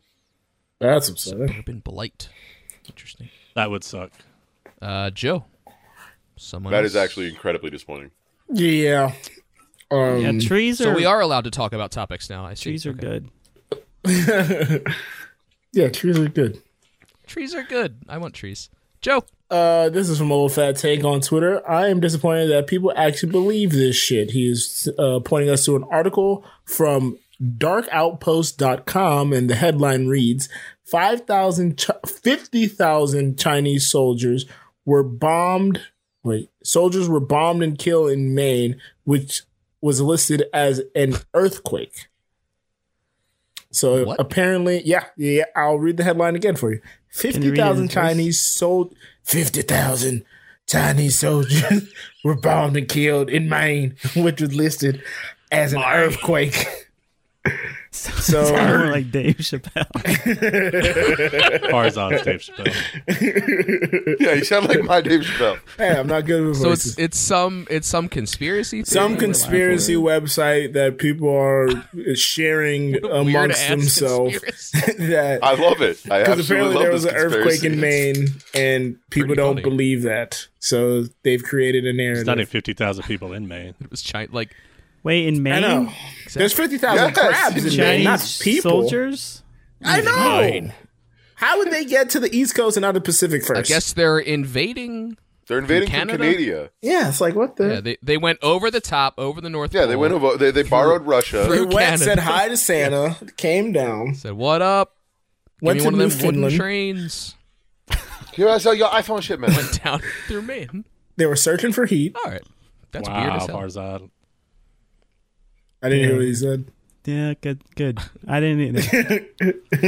Speaker 6: That's upsetting.
Speaker 7: Urban blight. Interesting.
Speaker 9: That would suck.
Speaker 7: Uh, Joe. Someone
Speaker 8: That is
Speaker 7: else?
Speaker 8: actually incredibly disappointing.
Speaker 6: Yeah. Um,
Speaker 5: Yeah, trees are.
Speaker 7: So we are allowed to talk about topics now. I see.
Speaker 5: Trees are
Speaker 7: Okay.
Speaker 5: good.
Speaker 6: yeah, trees are good.
Speaker 7: Trees are good. I want trees. Joe.
Speaker 6: Uh, this is from Old Fat Take on Twitter. I am disappointed that people actually believe this shit. He is uh, pointing us to an article from darkoutpost.com, and the headline reads 5,000, Chi- 50,000 Chinese soldiers were bombed. Wait, soldiers were bombed and killed in Maine, which was listed as an earthquake. So
Speaker 7: What?
Speaker 6: apparently, yeah, yeah, I'll read the headline again for you.
Speaker 5: you read it in
Speaker 6: 50,000
Speaker 5: voice?
Speaker 6: Chinese sold 50,000 Chinese soldiers were bombed and killed in Maine, which was listed as an earthquake. So
Speaker 5: Sound like Dave Chappelle.
Speaker 9: Farzad's Dave Chappelle.
Speaker 8: yeah, you sound like my Dave Chappelle.
Speaker 6: Hey, I'm not good with
Speaker 7: So
Speaker 6: voices.
Speaker 7: it's it's some it's some conspiracy. theory
Speaker 6: some
Speaker 7: that we're
Speaker 6: conspiracy
Speaker 7: laughing
Speaker 6: website that people are sharing amongst
Speaker 7: ass
Speaker 6: themselves. that
Speaker 8: I love it. I
Speaker 6: because
Speaker 8: absolutely
Speaker 6: apparently
Speaker 8: love
Speaker 6: there was
Speaker 8: this
Speaker 6: an earthquake
Speaker 8: conspiracy.
Speaker 6: in Maine, and people
Speaker 7: Pretty
Speaker 6: don't
Speaker 7: funny.
Speaker 6: believe that, so they've created a narrative.
Speaker 9: There's not even 50,000 people in Maine.
Speaker 7: at. It was China. Like
Speaker 5: Wait, in Maine?
Speaker 6: I know. There's fifty thousand
Speaker 8: Yes.
Speaker 6: crabs in Maine, not
Speaker 5: Chinese
Speaker 6: people.
Speaker 5: soldiers?
Speaker 6: I know.
Speaker 7: Maine.
Speaker 6: How would they get to the East Coast and not the Pacific
Speaker 7: I
Speaker 6: first?
Speaker 7: guess they're invading.
Speaker 8: They're invading from
Speaker 7: From Canada?
Speaker 8: Canada.
Speaker 6: Yeah, it's like what the.
Speaker 7: Yeah, they they went over the top, over the North.
Speaker 8: Yeah, they
Speaker 7: Pole,
Speaker 8: went over. They, they borrowed
Speaker 6: They
Speaker 8: Russia.
Speaker 6: went,
Speaker 7: Canada.
Speaker 6: said hi to Santa, came down,
Speaker 7: Said what up?
Speaker 6: went
Speaker 7: Give
Speaker 6: to
Speaker 7: me one
Speaker 6: New
Speaker 7: of them wooden
Speaker 6: Finland.
Speaker 7: trains.
Speaker 8: Here I saw your iPhone shipment.
Speaker 7: Went down through Maine.
Speaker 6: They were searching for heat.
Speaker 7: All right, that's
Speaker 9: wow,
Speaker 7: weird as hell.
Speaker 9: Farzad.
Speaker 6: I didn't hear what he said.
Speaker 5: Yeah, good. Good. I didn't either.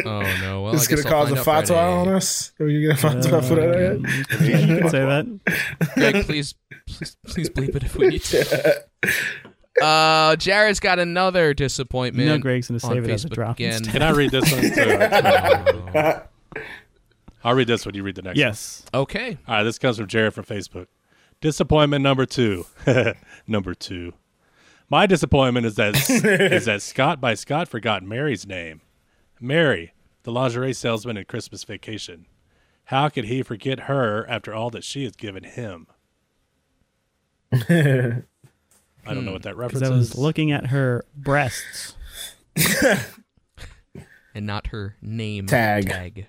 Speaker 7: Oh no! Well, I
Speaker 6: This is
Speaker 7: guess
Speaker 6: gonna
Speaker 7: I'll
Speaker 6: cause a
Speaker 7: find out
Speaker 6: fatwa on
Speaker 7: Friday.
Speaker 6: us. Are we gonna fatwa for that?
Speaker 5: You can say that.
Speaker 7: Greg, please, please, please bleep it if we need to. Uh, Jared's got another disappointment.
Speaker 5: No, Greg's gonna
Speaker 7: on
Speaker 5: save it as it
Speaker 7: Facebook
Speaker 5: drops.
Speaker 7: Again. Oh.
Speaker 9: Can I read this one? too? I'll read this one. You read the next one.
Speaker 5: Yes.
Speaker 7: Okay.
Speaker 9: All right, this comes from Jared from Facebook. Disappointment number two. number two. My disappointment is that is that Scott by Scott forgot Mary's name. Mary, the lingerie salesman in Christmas Vacation. How could he forget her after all that she has given him? I don't know what that
Speaker 5: Because
Speaker 9: reference
Speaker 5: Hmm. I
Speaker 9: is.
Speaker 5: was looking at her breasts.
Speaker 7: and not her name
Speaker 6: Tag.
Speaker 7: tag.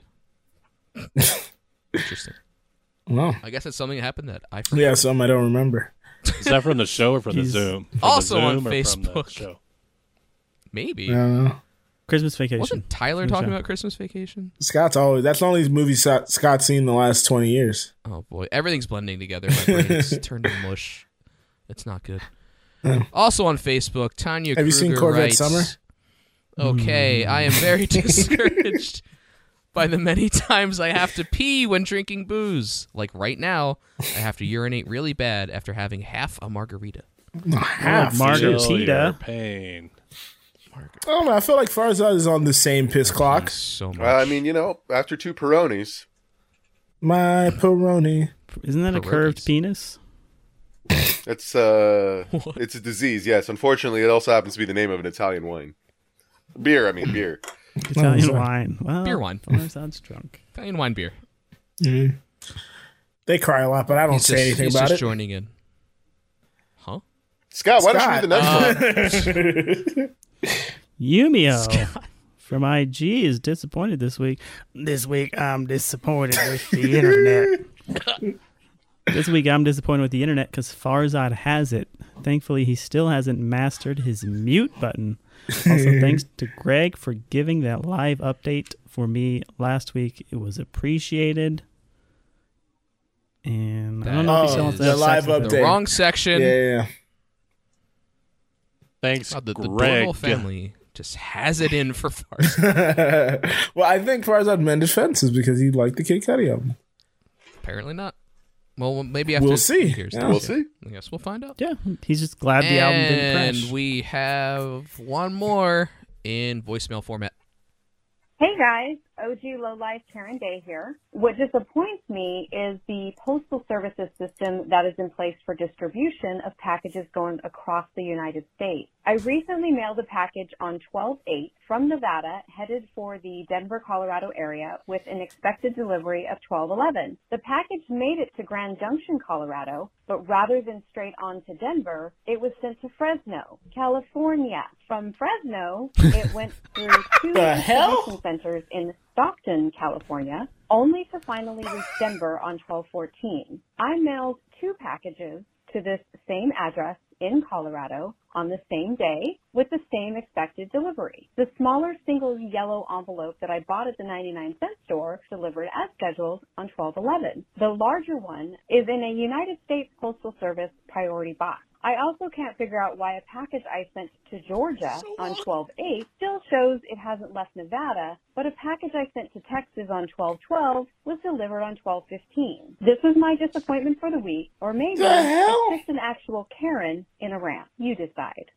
Speaker 7: Interesting.
Speaker 6: Well,
Speaker 7: I guess it's something that happened that I forgot.
Speaker 6: yeah, some I don't remember.
Speaker 9: Is that from the show or from the
Speaker 5: He's-
Speaker 9: Zoom? From the
Speaker 7: Also on
Speaker 9: Zoom or from the
Speaker 7: Facebook.
Speaker 9: show?
Speaker 7: Maybe
Speaker 6: I don't know.
Speaker 5: Christmas vacation.
Speaker 7: wasn't Tyler
Speaker 5: From the
Speaker 7: talking
Speaker 5: show.
Speaker 7: about Christmas vacation?
Speaker 6: Scott's always. That's the only movie Scott- Scott's seen in the last twenty years.
Speaker 7: Oh boy, everything's blending together. My brain's turned to mush. It's not good. Also on Facebook, Tanya
Speaker 6: Have you
Speaker 7: Kruger
Speaker 6: seen Corvette
Speaker 7: writes,
Speaker 6: Summer? Mm.
Speaker 7: Okay, I am very discouraged by the many times I have to pee when drinking booze. Like right now, I have to urinate really bad after having half a margarita.
Speaker 6: Half.
Speaker 5: Margarita.
Speaker 9: Feel your Pain.
Speaker 6: I don't know. Oh, I feel like Farzad is on the same piss clock.
Speaker 7: So much.
Speaker 8: Well, I mean, you know, after two Peronis,
Speaker 6: My Peroni.
Speaker 5: Isn't that a
Speaker 7: Pierogies.
Speaker 5: curved penis?
Speaker 8: it's uh, it's a disease. Yes, unfortunately, it also happens to be the name of an Italian wine, beer. I mean, beer.
Speaker 5: Italian
Speaker 6: sorry.
Speaker 5: wine. Well,
Speaker 7: Beer wine.
Speaker 5: Farz sounds drunk.
Speaker 7: Italian wine beer.
Speaker 6: They cry a lot, but I don't
Speaker 7: He's
Speaker 6: say
Speaker 7: just,
Speaker 6: anything
Speaker 7: he's
Speaker 6: about
Speaker 7: just
Speaker 6: it.
Speaker 7: joining in. Huh? Uh,
Speaker 8: Scott, why don't you read the next one?
Speaker 5: Yumio from IG is disappointed this week. This week I'm disappointed with the internet. this week I'm disappointed with the internet because Farzad has it. Thankfully, he still hasn't mastered his mute button. Also, thanks to Greg for giving that live update for me last week. It was appreciated. And I don't know if he
Speaker 6: That
Speaker 5: still wants to
Speaker 6: is
Speaker 5: have
Speaker 6: the live
Speaker 5: sex with
Speaker 6: update.
Speaker 5: her.
Speaker 7: The wrong section.
Speaker 6: Yeah, yeah,
Speaker 9: Thanks,
Speaker 7: God, the, the
Speaker 9: Greg.
Speaker 7: Dorval family just has it in for farts.
Speaker 6: yeah. well, I think Farzad mended fences because he liked the Kid Cudi album.
Speaker 7: Apparently not. Well, maybe after
Speaker 6: We'll see.
Speaker 7: Years,
Speaker 6: Yeah.
Speaker 7: next
Speaker 8: We'll
Speaker 7: year.
Speaker 8: see.
Speaker 7: I guess we'll find out.
Speaker 5: Yeah, he's just glad the album didn't
Speaker 7: and
Speaker 5: crash.
Speaker 7: we have one more in voicemail format.
Speaker 15: Hey guys, OG Low Life Karen Day here. What disappoints me is the postal services system that is in place for distribution of packages going across the United States. I recently mailed a package on 12-8 from Nevada headed for the Denver, Colorado area with an expected delivery of 12-11. The package made it to Grand Junction, Colorado, but rather than straight on to Denver, it was sent to Fresno, California. From Fresno, it went through two
Speaker 6: The hell?
Speaker 15: distribution centers in Stockton, California, only to finally reach Denver on 1214. I mailed two packages to this same address in Colorado on the same day with the same expected delivery. The smaller single yellow envelope that I bought at the 99 cent store delivered as scheduled on 1211. The larger one is in a United States Postal Service priority box. I also can't figure out why a package I sent to Georgia on 12-8 still shows it hasn't left Nevada, but a package I sent to Texas on 12-12 was delivered on 12-15. This was my disappointment for the week, or maybe
Speaker 6: The hell?
Speaker 15: it's just an actual Karen in a rant. You decide.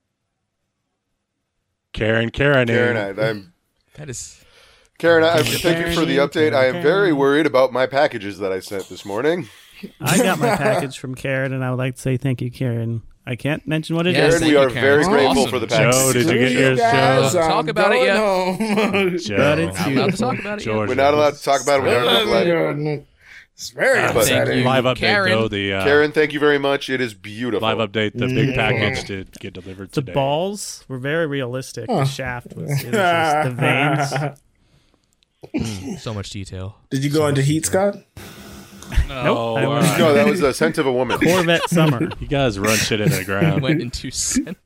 Speaker 9: Karen, Karen,
Speaker 8: Karen, I, I'm.
Speaker 7: That is.
Speaker 8: Karen, I, thank you for the update. I am very worried about my packages that I sent this morning.
Speaker 5: I got my package from Karen, and I would like to say thank you, Karen. I can't mention what it
Speaker 8: Yes, Karen, we
Speaker 5: is.
Speaker 8: thank you, are Karen. very grateful for the package.
Speaker 9: Joe, did you get yours,
Speaker 5: guys,
Speaker 9: Joe?
Speaker 5: I'm
Speaker 7: Uh, talk about it
Speaker 5: going
Speaker 7: yet.
Speaker 9: Joe.
Speaker 5: But it's
Speaker 7: Not allowed to talk about it yet.
Speaker 9: Georgia.
Speaker 8: We're not allowed to talk about it. We're not allowed to-
Speaker 6: It's very
Speaker 9: Uh,
Speaker 8: upsetting.
Speaker 9: thank you, Live update, Karen. though, the, uh,
Speaker 8: Karen, thank you very much. It is beautiful.
Speaker 9: Live update. The big
Speaker 8: Mm.
Speaker 9: package did get delivered
Speaker 5: The
Speaker 9: today.
Speaker 5: balls were very realistic.
Speaker 6: Huh.
Speaker 5: The shaft was, it was just the veins.
Speaker 7: so much detail.
Speaker 6: Did you go into heat, Scott?
Speaker 5: Nope. I went-
Speaker 8: No, that was the scent of a woman.
Speaker 5: Corvette summer.
Speaker 9: Oh, uh, You guys run shit into the ground.
Speaker 7: Went into scent.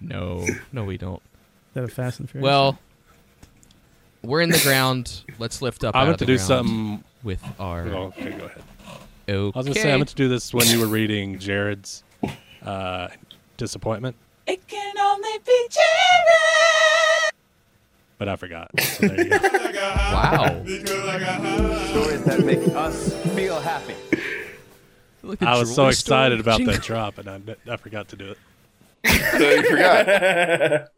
Speaker 7: no, no, we don't.
Speaker 5: That a Fast and Furious?
Speaker 7: Well, we're in the ground. Let's lift up.
Speaker 9: I'm
Speaker 7: out
Speaker 9: going
Speaker 7: of
Speaker 9: to
Speaker 7: the
Speaker 9: do
Speaker 7: ground
Speaker 9: something
Speaker 7: with our.
Speaker 9: Oh, okay, go ahead.
Speaker 7: Okay.
Speaker 9: I was gonna say I'm going to do this when you were reading Jared's uh, disappointment,
Speaker 16: It can only be Jared.
Speaker 9: but I forgot. So there you go.
Speaker 7: wow.
Speaker 16: Stories that make us feel happy.
Speaker 9: I was so excited about that drop, and I, I forgot to do it.
Speaker 8: So you forgot.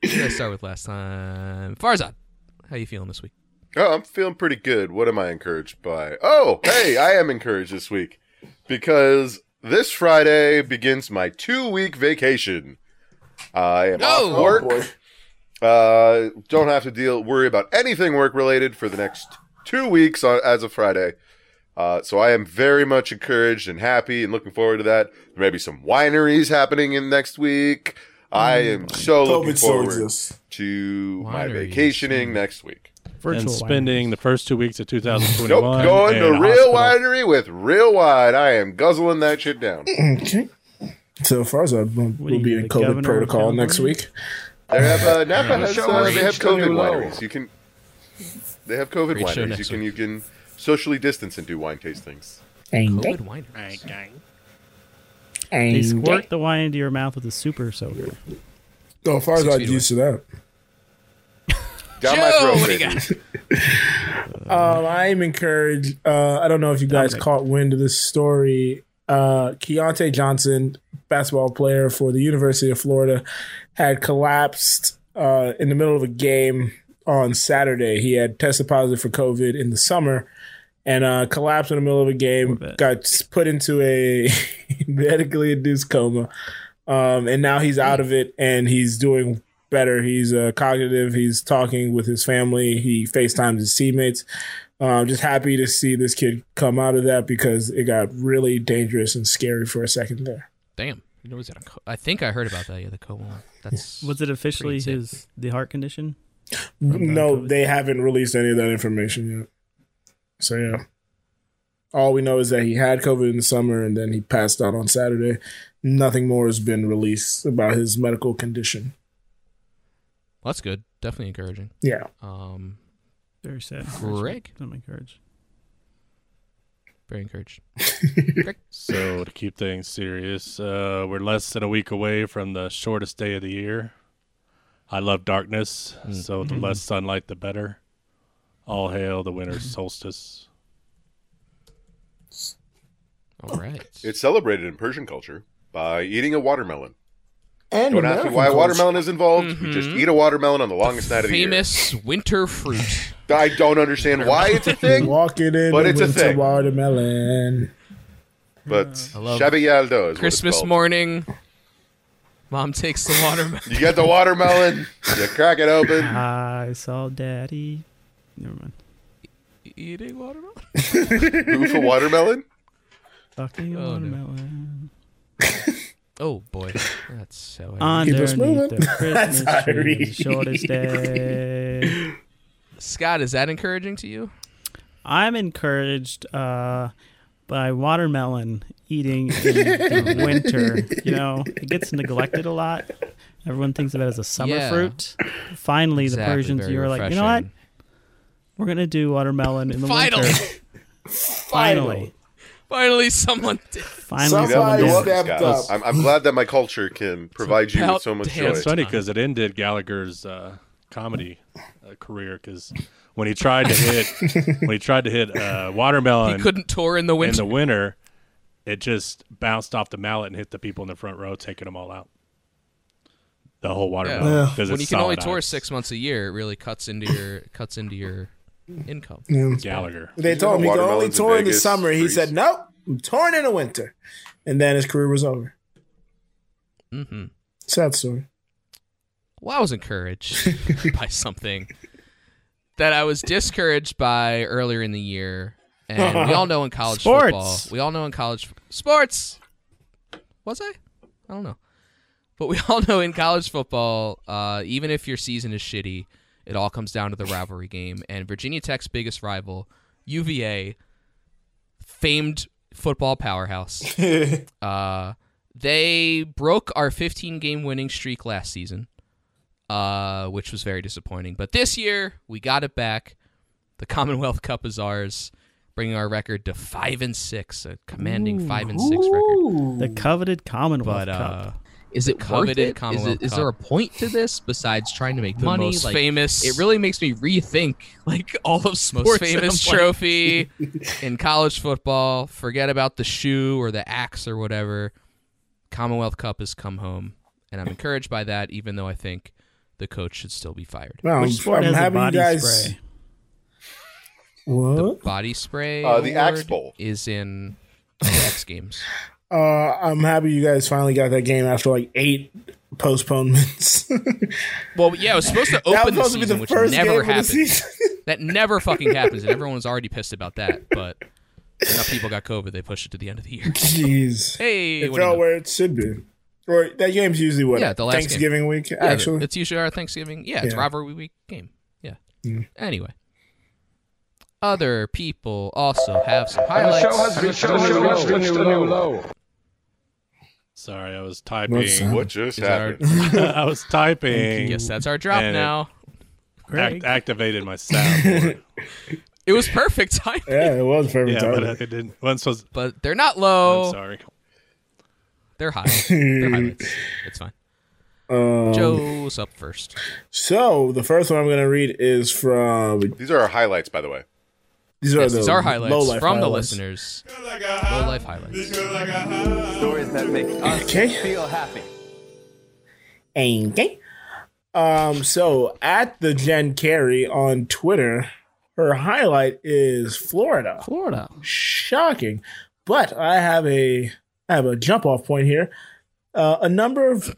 Speaker 7: What did I start with last time? Farzad, how you feeling this week?
Speaker 8: Oh, I'm feeling pretty good. What am I encouraged by? Oh, hey, I am encouraged this week because this Friday begins my two week vacation. I am off work. uh, don't have to deal worry about anything work related for the next two weeks on, as of Friday. Uh, so I am very much encouraged and happy and looking forward to that. There may be some wineries happening in next week. I am so
Speaker 6: Hope
Speaker 8: looking
Speaker 6: it still
Speaker 8: forward
Speaker 6: exists.
Speaker 8: to my
Speaker 6: Wineries,
Speaker 8: vacationing next week.
Speaker 9: and
Speaker 5: Virtual
Speaker 9: spending the first two weeks of 2021
Speaker 8: Nope, going
Speaker 9: in
Speaker 8: to
Speaker 9: a hospital.
Speaker 8: real winery with real wine. I am guzzling that shit down.
Speaker 6: Okay. So far as I will
Speaker 5: you,
Speaker 6: be in
Speaker 5: the
Speaker 6: COVID
Speaker 5: governor of
Speaker 6: protocol
Speaker 5: California?
Speaker 6: next week.
Speaker 8: They have uh, Napa has
Speaker 1: Show
Speaker 8: uh, they have
Speaker 1: reached a new
Speaker 8: COVID
Speaker 1: low.
Speaker 8: wineries. You can they have COVID
Speaker 7: Great show
Speaker 8: wineries. You
Speaker 7: next
Speaker 8: can you can socially distance and do wine tastings.
Speaker 7: COVID wine.
Speaker 5: They
Speaker 6: Mm.
Speaker 5: squirt the wine into your mouth with a super soaker.
Speaker 6: So far as I'm used to that.
Speaker 8: Down my
Speaker 6: Joe,
Speaker 8: throat,
Speaker 6: what do you
Speaker 8: baby.
Speaker 6: Um, I am encouraged. Uh, I don't know if you guys caught wind of this story. Uh, Keontae Johnson, basketball player for the University of Florida, had collapsed uh, in the middle of a game on Saturday. He had tested positive for COVID in the summer and uh, collapsed in the middle of a game. Got s- put into a medically induced coma, um, and now he's out of it and he's doing better. He's uh, cognitive. He's talking with his family. He FaceTimes his teammates. Uh, just happy to see this kid come out of that because it got really dangerous and scary for a second there.
Speaker 7: Damn. You know, was that a co- I think I heard about that. Yeah, the coma. one. That's
Speaker 5: Was it officially his the heart condition?
Speaker 6: No, they haven't released any of that information yet. So yeah. All we know is that he had COVID in the summer and then he passed out on Saturday. Nothing more has been released about his medical condition.
Speaker 7: well, that's good. Definitely encouraging.
Speaker 6: Yeah.
Speaker 7: Um,
Speaker 5: Very sad.
Speaker 7: Greg,
Speaker 5: I'm encouraged.
Speaker 7: very encouraged.
Speaker 9: So to keep things serious, uh, we're less than a week away from the shortest day of the year. I love darkness,
Speaker 7: Mm.
Speaker 9: so
Speaker 7: Mm-hmm.
Speaker 9: the less sunlight, the better. All hail the winter solstice.
Speaker 7: All right.
Speaker 8: It's celebrated in Persian culture by eating a watermelon.
Speaker 6: And
Speaker 8: Don't ask me
Speaker 6: American
Speaker 8: why
Speaker 6: culture.
Speaker 8: watermelon is involved. You just eat a watermelon on the longest night of the year.
Speaker 7: Famous winter fruit.
Speaker 8: I don't understand why it's a thing,
Speaker 6: Walking in
Speaker 8: But
Speaker 6: the
Speaker 8: it's a
Speaker 6: winter
Speaker 8: thing.
Speaker 6: watermelon.
Speaker 8: but
Speaker 7: I love
Speaker 8: Shabby Yaldo is what it's
Speaker 7: Christmas
Speaker 8: called.
Speaker 7: morning. Mom takes the watermelon.
Speaker 8: You get the watermelon, you crack it open.
Speaker 5: I saw Daddy. Never mind.
Speaker 7: Eating watermelon.
Speaker 8: Goof a watermelon.
Speaker 5: Fucking
Speaker 7: Oh, no.
Speaker 5: watermelon.
Speaker 7: Oh boy, that's so.
Speaker 5: Underneath
Speaker 6: moving.
Speaker 5: the Christmas
Speaker 6: That's
Speaker 5: tree,
Speaker 6: Irene.
Speaker 5: the shortest day.
Speaker 7: Scott, is that encouraging to you?
Speaker 5: I'm encouraged uh, by watermelon eating in the winter. You know, it gets neglected a lot. Everyone thinks of it as a summer
Speaker 7: Yeah.
Speaker 5: fruit. Finally,
Speaker 7: Exactly,
Speaker 5: the Persians,
Speaker 7: very
Speaker 5: you were like, you know what?
Speaker 7: refreshing.
Speaker 5: We're going to do watermelon in the
Speaker 7: Finally.
Speaker 5: winter. Finally.
Speaker 7: Finally, someone did.
Speaker 5: Finally, someone
Speaker 8: You know
Speaker 5: did.
Speaker 8: what,
Speaker 6: stepped
Speaker 8: guys?
Speaker 6: up.
Speaker 8: I'm, I'm glad that my culture can provide you with
Speaker 7: about
Speaker 8: so much
Speaker 7: damn
Speaker 8: joy.
Speaker 9: It's funny because it ended Gallagher's uh, comedy uh, career because when he tried to hit when he tried to hit uh, watermelon,
Speaker 7: He couldn't tour in the
Speaker 9: in
Speaker 7: winter.
Speaker 9: the winter. It just bounced off the mallet and hit the people in the front row, taking them all out. the whole watermelon
Speaker 7: Yeah.
Speaker 9: because
Speaker 7: when
Speaker 9: it's
Speaker 7: you can only
Speaker 9: solid
Speaker 7: tour six months a year, it really cuts into your cuts into your income.
Speaker 11: Yeah.
Speaker 9: Gallagher.
Speaker 11: They told him he could only tour in the summer. He said, "Nope, I'm touring in the winter," and then his career was over.
Speaker 7: Mm-hmm.
Speaker 11: Sad story.
Speaker 7: Well, I was encouraged by something that I was discouraged by earlier in the year, and we all know in college
Speaker 5: Sports.
Speaker 7: football, we all know in college sports. Was I? I don't know, but we all know in college football, uh, even if your season is shitty, it all comes down to the rivalry game. And Virginia Tech's biggest rival, UVA, famed football powerhouse. uh, they broke our 15 game winning streak last season, uh, which was very disappointing. But this year, we got it back. The Commonwealth Cup is ours, bringing our record to five and six, a commanding five and six record.
Speaker 5: The coveted Commonwealth
Speaker 7: But, uh,
Speaker 5: Cup.
Speaker 7: Is it
Speaker 5: worth it?
Speaker 7: coveted
Speaker 5: Is
Speaker 7: Commonwealth
Speaker 5: it- is
Speaker 7: Cup?
Speaker 5: there a
Speaker 17: point to this besides trying to make
Speaker 7: The
Speaker 17: money?
Speaker 7: most
Speaker 17: Like,
Speaker 7: famous-
Speaker 17: It really makes me rethink like all of sports.
Speaker 7: most
Speaker 17: and
Speaker 7: famous
Speaker 17: I'm like-
Speaker 7: trophy in college football. Forget about the shoe or the axe or whatever. Commonwealth Cup has come home, and I'm encouraged by that. Even though I think the coach should still be fired.
Speaker 11: Well,
Speaker 7: Which
Speaker 11: I'm- Um, I'm happy you guys. What?
Speaker 7: body spray?
Speaker 8: Uh, the Axe
Speaker 7: award
Speaker 8: Bowl.
Speaker 7: is in the X Games.
Speaker 11: Uh, I'm happy you guys finally got that game after like eight postponements.
Speaker 7: Well, yeah, it was supposed to
Speaker 11: That was
Speaker 7: open the
Speaker 11: supposed to
Speaker 7: season,
Speaker 11: be the
Speaker 7: which
Speaker 11: first game
Speaker 7: never
Speaker 11: of the
Speaker 7: happens.
Speaker 11: season.
Speaker 7: that never fucking happens, and everyone was already pissed about that. But enough people got COVID; they pushed it to the end of the year.
Speaker 11: Jeez.
Speaker 7: Hey,
Speaker 11: it
Speaker 7: what do you
Speaker 11: fell
Speaker 7: know?
Speaker 11: where it should be. Or that game's usually what?
Speaker 7: yeah, the last game.
Speaker 11: Thanksgiving week,
Speaker 7: Yeah,
Speaker 11: actually.
Speaker 7: it's usually our Thanksgiving. Yeah, it's
Speaker 11: Yeah.
Speaker 7: rivalry week game. Yeah.
Speaker 11: Mm.
Speaker 7: Anyway, other people also have some
Speaker 18: And the
Speaker 7: highlights.
Speaker 18: show has reached, a, new low. reached a new low.
Speaker 9: Sorry, I was
Speaker 18: What's
Speaker 9: typing.
Speaker 18: that? What just
Speaker 9: Is that
Speaker 18: happened?
Speaker 9: Our, I was typing.
Speaker 7: Yes, that's our drop
Speaker 9: and it
Speaker 7: now.
Speaker 9: Act- activated my soundboard.
Speaker 7: It was perfect timing.
Speaker 11: Yeah, it was perfect
Speaker 9: yeah, but
Speaker 11: timing.
Speaker 9: uh, it didn't. Wasn't supposed.
Speaker 7: But they're not low.
Speaker 9: I'm sorry.
Speaker 7: They're high. They're highlights. It's fine.
Speaker 11: Um,
Speaker 7: Joe's up first.
Speaker 11: So the first one I'm going to read is from.
Speaker 8: These are our highlights, by the way.
Speaker 11: These are
Speaker 7: Yes,
Speaker 11: the
Speaker 7: these are highlights
Speaker 11: lowlife
Speaker 7: from the
Speaker 11: highlights.
Speaker 7: listeners. Low life highlights.
Speaker 6: Stories that make us feel happy.
Speaker 11: Okay. Um, so at the Jen Carey on Twitter, her highlight is Florida.
Speaker 5: Florida.
Speaker 11: Shocking. But I have a I have a jump off point here. Uh, a number of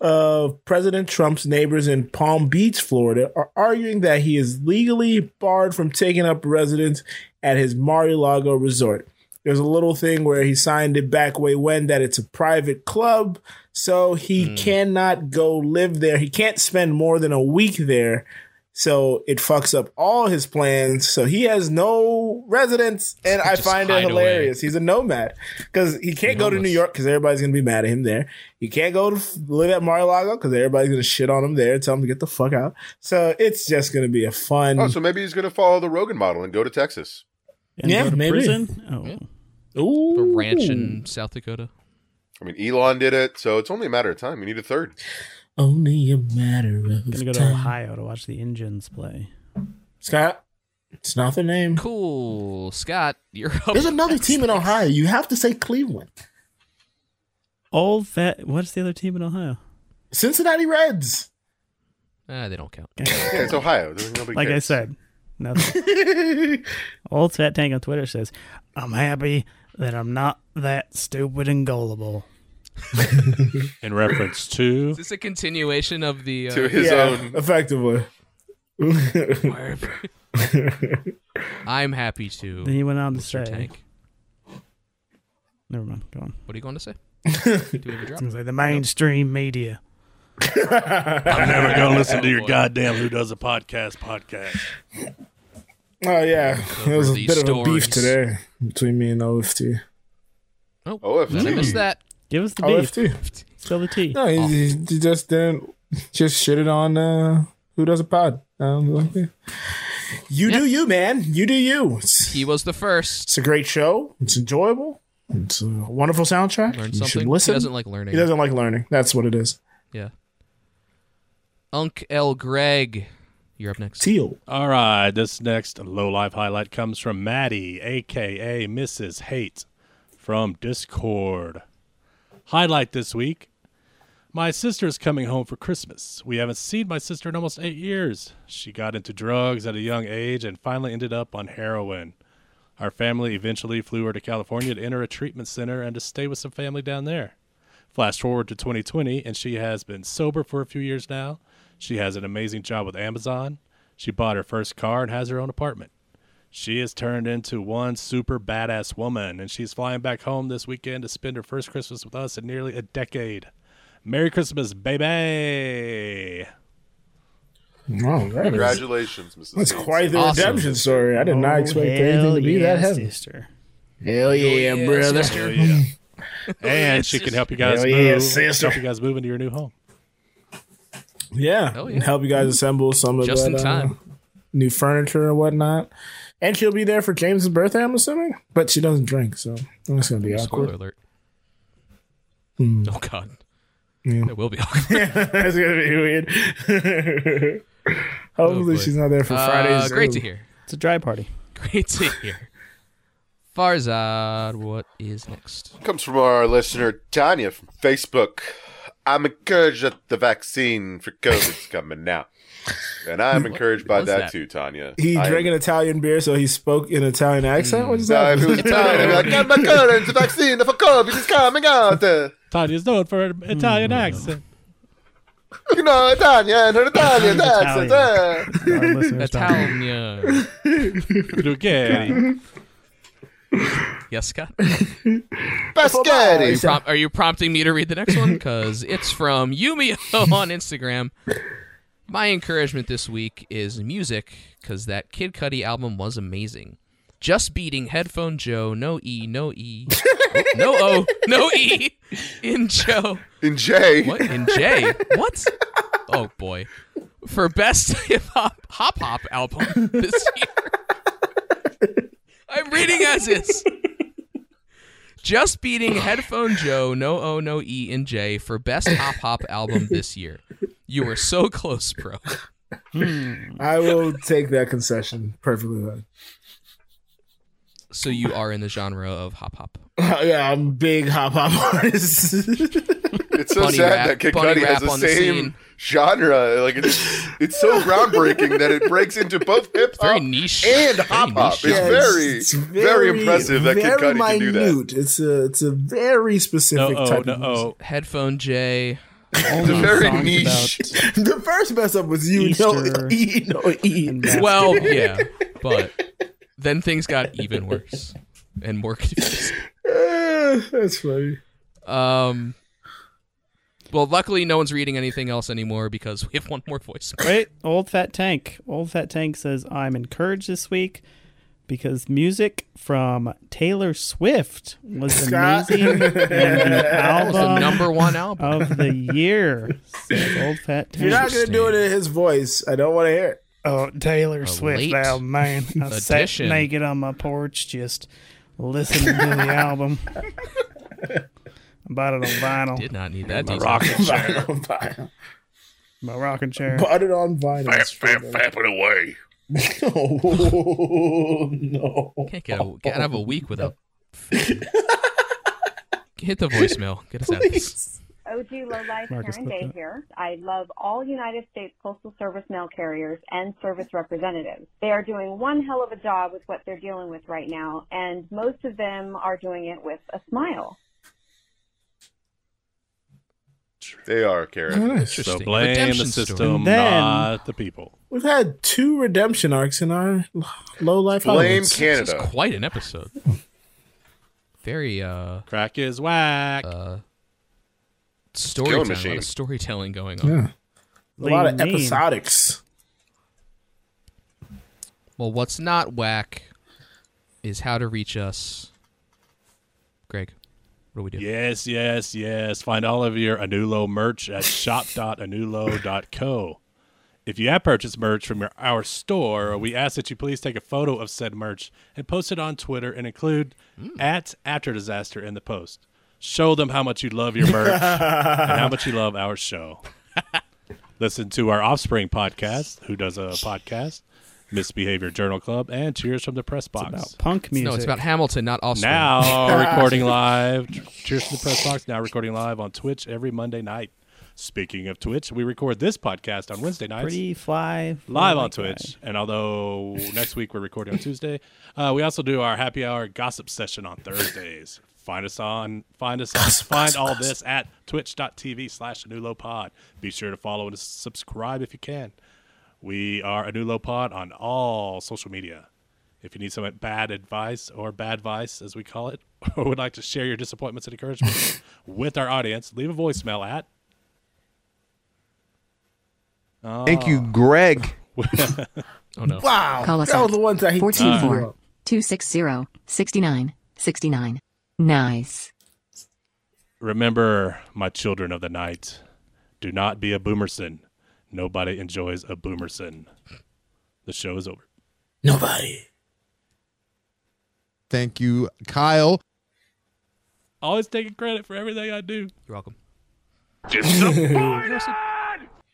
Speaker 11: of President Trump's neighbors in Palm Beach, Florida, are arguing that he is legally barred from taking up residence at his Mar-a-Lago resort. There's a little thing where he signed it back way when that it's a private club, so he cannot go live there. He can't spend more than a week there. So it fucks up all his plans. So he has no residence, and I
Speaker 19: Just
Speaker 11: find it
Speaker 19: hide away.
Speaker 11: hilarious. He's a nomad because he can't go to New York because everybody's gonna be mad at him there. He can't go to f- live at Mar-a-Lago because everybody's gonna shit on him there and tell him to get the fuck out. So it's just gonna be a fun.
Speaker 8: Oh, so maybe he's going to follow the Rogan model and go to Texas.
Speaker 5: And
Speaker 11: Yeah,
Speaker 5: go to
Speaker 11: maybe.
Speaker 5: Prison? Oh.
Speaker 11: Ooh.
Speaker 7: The ranch in South Dakota.
Speaker 8: I mean, Elon did it, so it's only a matter of time. We need a third.
Speaker 11: Only a matter of
Speaker 5: Gonna go to
Speaker 11: time.
Speaker 5: Ohio to watch the engines play.
Speaker 11: Scott, it's not the name.
Speaker 7: Cool, Scott. You're up.
Speaker 11: There's another team in Ohio. You have to say Cleveland.
Speaker 5: Old Fat. What's the other team in Ohio?
Speaker 11: Cincinnati Reds.
Speaker 7: Ah, they don't count.
Speaker 8: Yeah, it's Ohio. There's nobody
Speaker 5: like I
Speaker 8: cares.
Speaker 5: said, nothing. Old Fat Tank on Twitter says, "I'm happy that I'm not that stupid and gullible."
Speaker 9: In reference to
Speaker 7: Is this a continuation of the uh,
Speaker 11: effectively.
Speaker 7: I'm happy to.
Speaker 5: Then he went on to
Speaker 7: Mr.
Speaker 5: say-
Speaker 7: Tank.
Speaker 5: Never mind. Go on.
Speaker 7: What are you going to say? Do we have a drop?
Speaker 5: It's like the mainstream media.
Speaker 9: I'm never gonna listen to your goddamn Who Does a Podcast podcast.
Speaker 11: Oh yeah,
Speaker 9: Cover
Speaker 11: there was a
Speaker 9: these
Speaker 11: bit of a beef
Speaker 9: stories.
Speaker 11: today between me and OFT.
Speaker 7: Oh,
Speaker 8: OFT.
Speaker 7: I missed that.
Speaker 5: Give us the beef.
Speaker 11: OFT.
Speaker 5: Spill the tea.
Speaker 11: No, he, he, he just didn't. Just shitted on uh, who does a pod. Um, okay. You do you, man. You do you. It's,
Speaker 7: He was the first.
Speaker 11: it's a great show. It's enjoyable. It's a wonderful soundtrack.
Speaker 7: Learn
Speaker 11: you
Speaker 7: something.
Speaker 11: should listen.
Speaker 7: He doesn't like learning.
Speaker 11: He doesn't like learning. That's what it is.
Speaker 7: Yeah. Unc L. Greg, you're up next.
Speaker 11: Teal.
Speaker 9: All right, this next low life highlight comes from Maddie, aka Mrs. Hate, from Discord. Highlight this week: My sister is coming home for Christmas. We haven't seen my sister in almost eight years. She got into drugs at a young age and finally ended up on heroin. Our family eventually flew her to California to enter a treatment center and to stay with some family down there. Flash forward to 2020, and she has been sober for a few years now. She has an amazing job with Amazon. She bought her first car and has her own apartment. She has turned into one super badass woman, and she's flying back home this weekend to spend her first Christmas with us in nearly a decade. Merry Christmas, baby!
Speaker 11: No, that is-
Speaker 8: Congratulations, Mrs.
Speaker 11: That's
Speaker 8: Bates.
Speaker 11: quite the
Speaker 8: Awesome.
Speaker 11: redemption story. I did not
Speaker 5: Oh,
Speaker 11: expect
Speaker 5: hell
Speaker 11: anything to be that
Speaker 5: yes,
Speaker 11: heavy.
Speaker 5: Sister.
Speaker 11: Hell
Speaker 7: Oh,
Speaker 11: yeah,
Speaker 5: yeah,
Speaker 11: brother.
Speaker 5: sister.
Speaker 9: And she can help you guys
Speaker 11: Hell
Speaker 9: move.
Speaker 11: yeah, sister.
Speaker 9: Help you guys move into your new home.
Speaker 11: Yeah,
Speaker 7: Oh,
Speaker 9: Hell yeah.
Speaker 11: and help you guys assemble some of
Speaker 9: Just
Speaker 11: that,
Speaker 9: in time.
Speaker 11: uh, new furniture and whatnot. And she'll be there for James's birthday, I'm assuming. But she doesn't drink, so that's gonna be
Speaker 7: Spoiler
Speaker 11: awkward.
Speaker 7: alert.
Speaker 11: Hmm.
Speaker 7: Oh god.
Speaker 11: Yeah.
Speaker 7: It will be
Speaker 11: That's gonna be weird. Hopefully, she's not there for
Speaker 7: Uh,
Speaker 11: Fridays.
Speaker 7: great to hear.
Speaker 5: It's a dry party.
Speaker 7: Great to hear. Farzad, what is next?
Speaker 8: Comes from our listener Tanya from Facebook. I'm encouraged that the vaccine for COVID's coming now, and I'm encouraged by
Speaker 11: was
Speaker 8: that,
Speaker 11: that?
Speaker 8: too, Tanya.
Speaker 11: He
Speaker 8: I am-
Speaker 11: drank an Italian beer, so he spoke in Italian accent. What is
Speaker 8: No,
Speaker 11: that?
Speaker 8: if it was Italian, I'd be like, I'm encouraged the vaccine for COVID is coming out. You
Speaker 9: Tanya's known for her
Speaker 11: Mm.
Speaker 9: Italian accent.
Speaker 8: know, Tanya and her Italian accent.
Speaker 9: Italian.
Speaker 8: eh?
Speaker 7: Italian.
Speaker 9: Spaghetti.
Speaker 7: yes, Scott. Are
Speaker 8: Pasquetti.
Speaker 7: you, prom- are you prompting me to read the next one? Because it's from Yumio on Instagram. My encouragement this week is music, because that Kid Cudi album was amazing. Just beating Headphone Joe, no E, no E, oh, no O, no E, in Joe.
Speaker 8: In J.
Speaker 7: What? In J? What? Oh, boy. For best hip hop hop hop album this year. I'm reading as is. Just beating Headphone Joe, No O, No E, and J for best hop hop album this year. You were so close, bro.
Speaker 11: I will take that concession perfectly. Well.
Speaker 7: So you are in the genre of hop hop.
Speaker 11: yeah, I'm a big hop hop artist.
Speaker 8: It's so
Speaker 7: Bunny
Speaker 8: sad
Speaker 7: rap-
Speaker 8: that Kid
Speaker 7: bunny
Speaker 8: Cudi has
Speaker 7: rap
Speaker 8: the
Speaker 7: on the
Speaker 8: same
Speaker 7: scene.
Speaker 8: genre. Like it's it's so groundbreaking that it breaks into both hip hop
Speaker 7: niche
Speaker 8: and hop hop. It's,
Speaker 11: Yeah,
Speaker 8: very
Speaker 11: it's
Speaker 8: very impressive that Kid
Speaker 11: very
Speaker 8: Cudi can do that.
Speaker 11: minute. It's a it's a very specific
Speaker 7: No-oh,
Speaker 11: type of music.
Speaker 7: no-oh. Headphone J.
Speaker 8: It's a very niche.
Speaker 11: The first mess up was you know E no E.
Speaker 7: Well, yeah, but then things got even worse and more confusing.
Speaker 11: Eh, That's funny.
Speaker 7: Um. Well, luckily, no one's reading anything else anymore because we have one more voice.
Speaker 5: Wait, old fat tank. Old fat tank says I'm encouraged this week because music from Taylor Swift was
Speaker 11: Scott.
Speaker 5: amazing. and the
Speaker 11: That
Speaker 7: was
Speaker 5: album
Speaker 7: the number one album.
Speaker 5: of the year. Says old fat
Speaker 11: If you're
Speaker 5: tank.
Speaker 11: not gonna do it in his voice, I don't want to hear it.
Speaker 5: Oh, Taylor Swift
Speaker 11: late
Speaker 5: album, man! I sat
Speaker 11: edition.
Speaker 5: naked on my porch just listening to the album. I bought it on vinyl.
Speaker 7: Did not need that
Speaker 5: My
Speaker 7: detail.
Speaker 5: rocking chair.
Speaker 11: Vinyl, vinyl.
Speaker 5: My rocking chair.
Speaker 11: Put it on vinyl.
Speaker 7: away.
Speaker 11: oh no!
Speaker 7: Can't get a, get out of a week without. Hit the voicemail. Get us out of this.
Speaker 6: OG Low Life
Speaker 7: Marcus, click
Speaker 6: Karen Day
Speaker 7: that.
Speaker 6: here. I love all United States Postal Service mail carriers and service representatives. They are doing one hell of a job with what they're dealing with right now, and most of them are doing it with a smile.
Speaker 8: They are Karen.
Speaker 9: So blame
Speaker 8: Redemption
Speaker 9: the
Speaker 8: story.
Speaker 9: system,
Speaker 11: And then-
Speaker 9: not the people.
Speaker 11: We've had two redemption arcs in our low life.
Speaker 8: Blame
Speaker 11: holidays.
Speaker 7: This is quite an episode. Very uh
Speaker 9: crack is whack.
Speaker 7: Uh,
Speaker 8: Killing
Speaker 7: storytelling, a lot
Speaker 8: machine.
Speaker 7: of storytelling going on.
Speaker 11: Yeah. A lot of
Speaker 5: Lean, lean.
Speaker 11: episodics.
Speaker 7: Well, what's not whack is how to reach us. Greg, what do we do?
Speaker 9: Yes, yes, yes. Find all of your Anulo merch at shop.anulo.co. If you have purchased merch from your, our store, we ask that you please take a photo of said merch and post it on Twitter and include at After Disaster in the post. Show them how much you love your merch and how much you love our show. Listen to our Offspring podcast, who does a podcast, Misbehavior Journal Club, and Cheers from the Press Box.
Speaker 5: Punk music.
Speaker 7: No, it's about Hamilton, not Austin.
Speaker 9: Now recording live. Cheers to the press box. Now recording live on Twitch every Monday night. Speaking of Twitch, we record this podcast on Wednesday nights.
Speaker 5: Pretty fly.
Speaker 9: live on
Speaker 5: like
Speaker 9: Twitch. And although next week we're recording on Tuesday, uh, we also do our happy hour gossip session on Thursdays. Find us on, find us on, find all this at twitch.tv slash Anulo Pod. Be sure to follow and subscribe if you can. We are Anulo Pod on all social media. If you need some bad advice or bad vice, as we call it, or would like to share your disappointments and encouragements with our audience, leave a voicemail at.
Speaker 20: Thank you, Greg.
Speaker 9: oh no!
Speaker 6: Wow.
Speaker 21: Call us
Speaker 6: that was
Speaker 21: at
Speaker 6: the ones I
Speaker 21: 144 260 69 69. Nice.
Speaker 9: Remember, my children of the night, do not be a boomerson. Nobody enjoys a boomerson. The show is over.
Speaker 6: Nobody.
Speaker 3: Thank you, Kyle.
Speaker 9: Always taking credit for everything I do.
Speaker 7: You're welcome.
Speaker 9: Disappointed.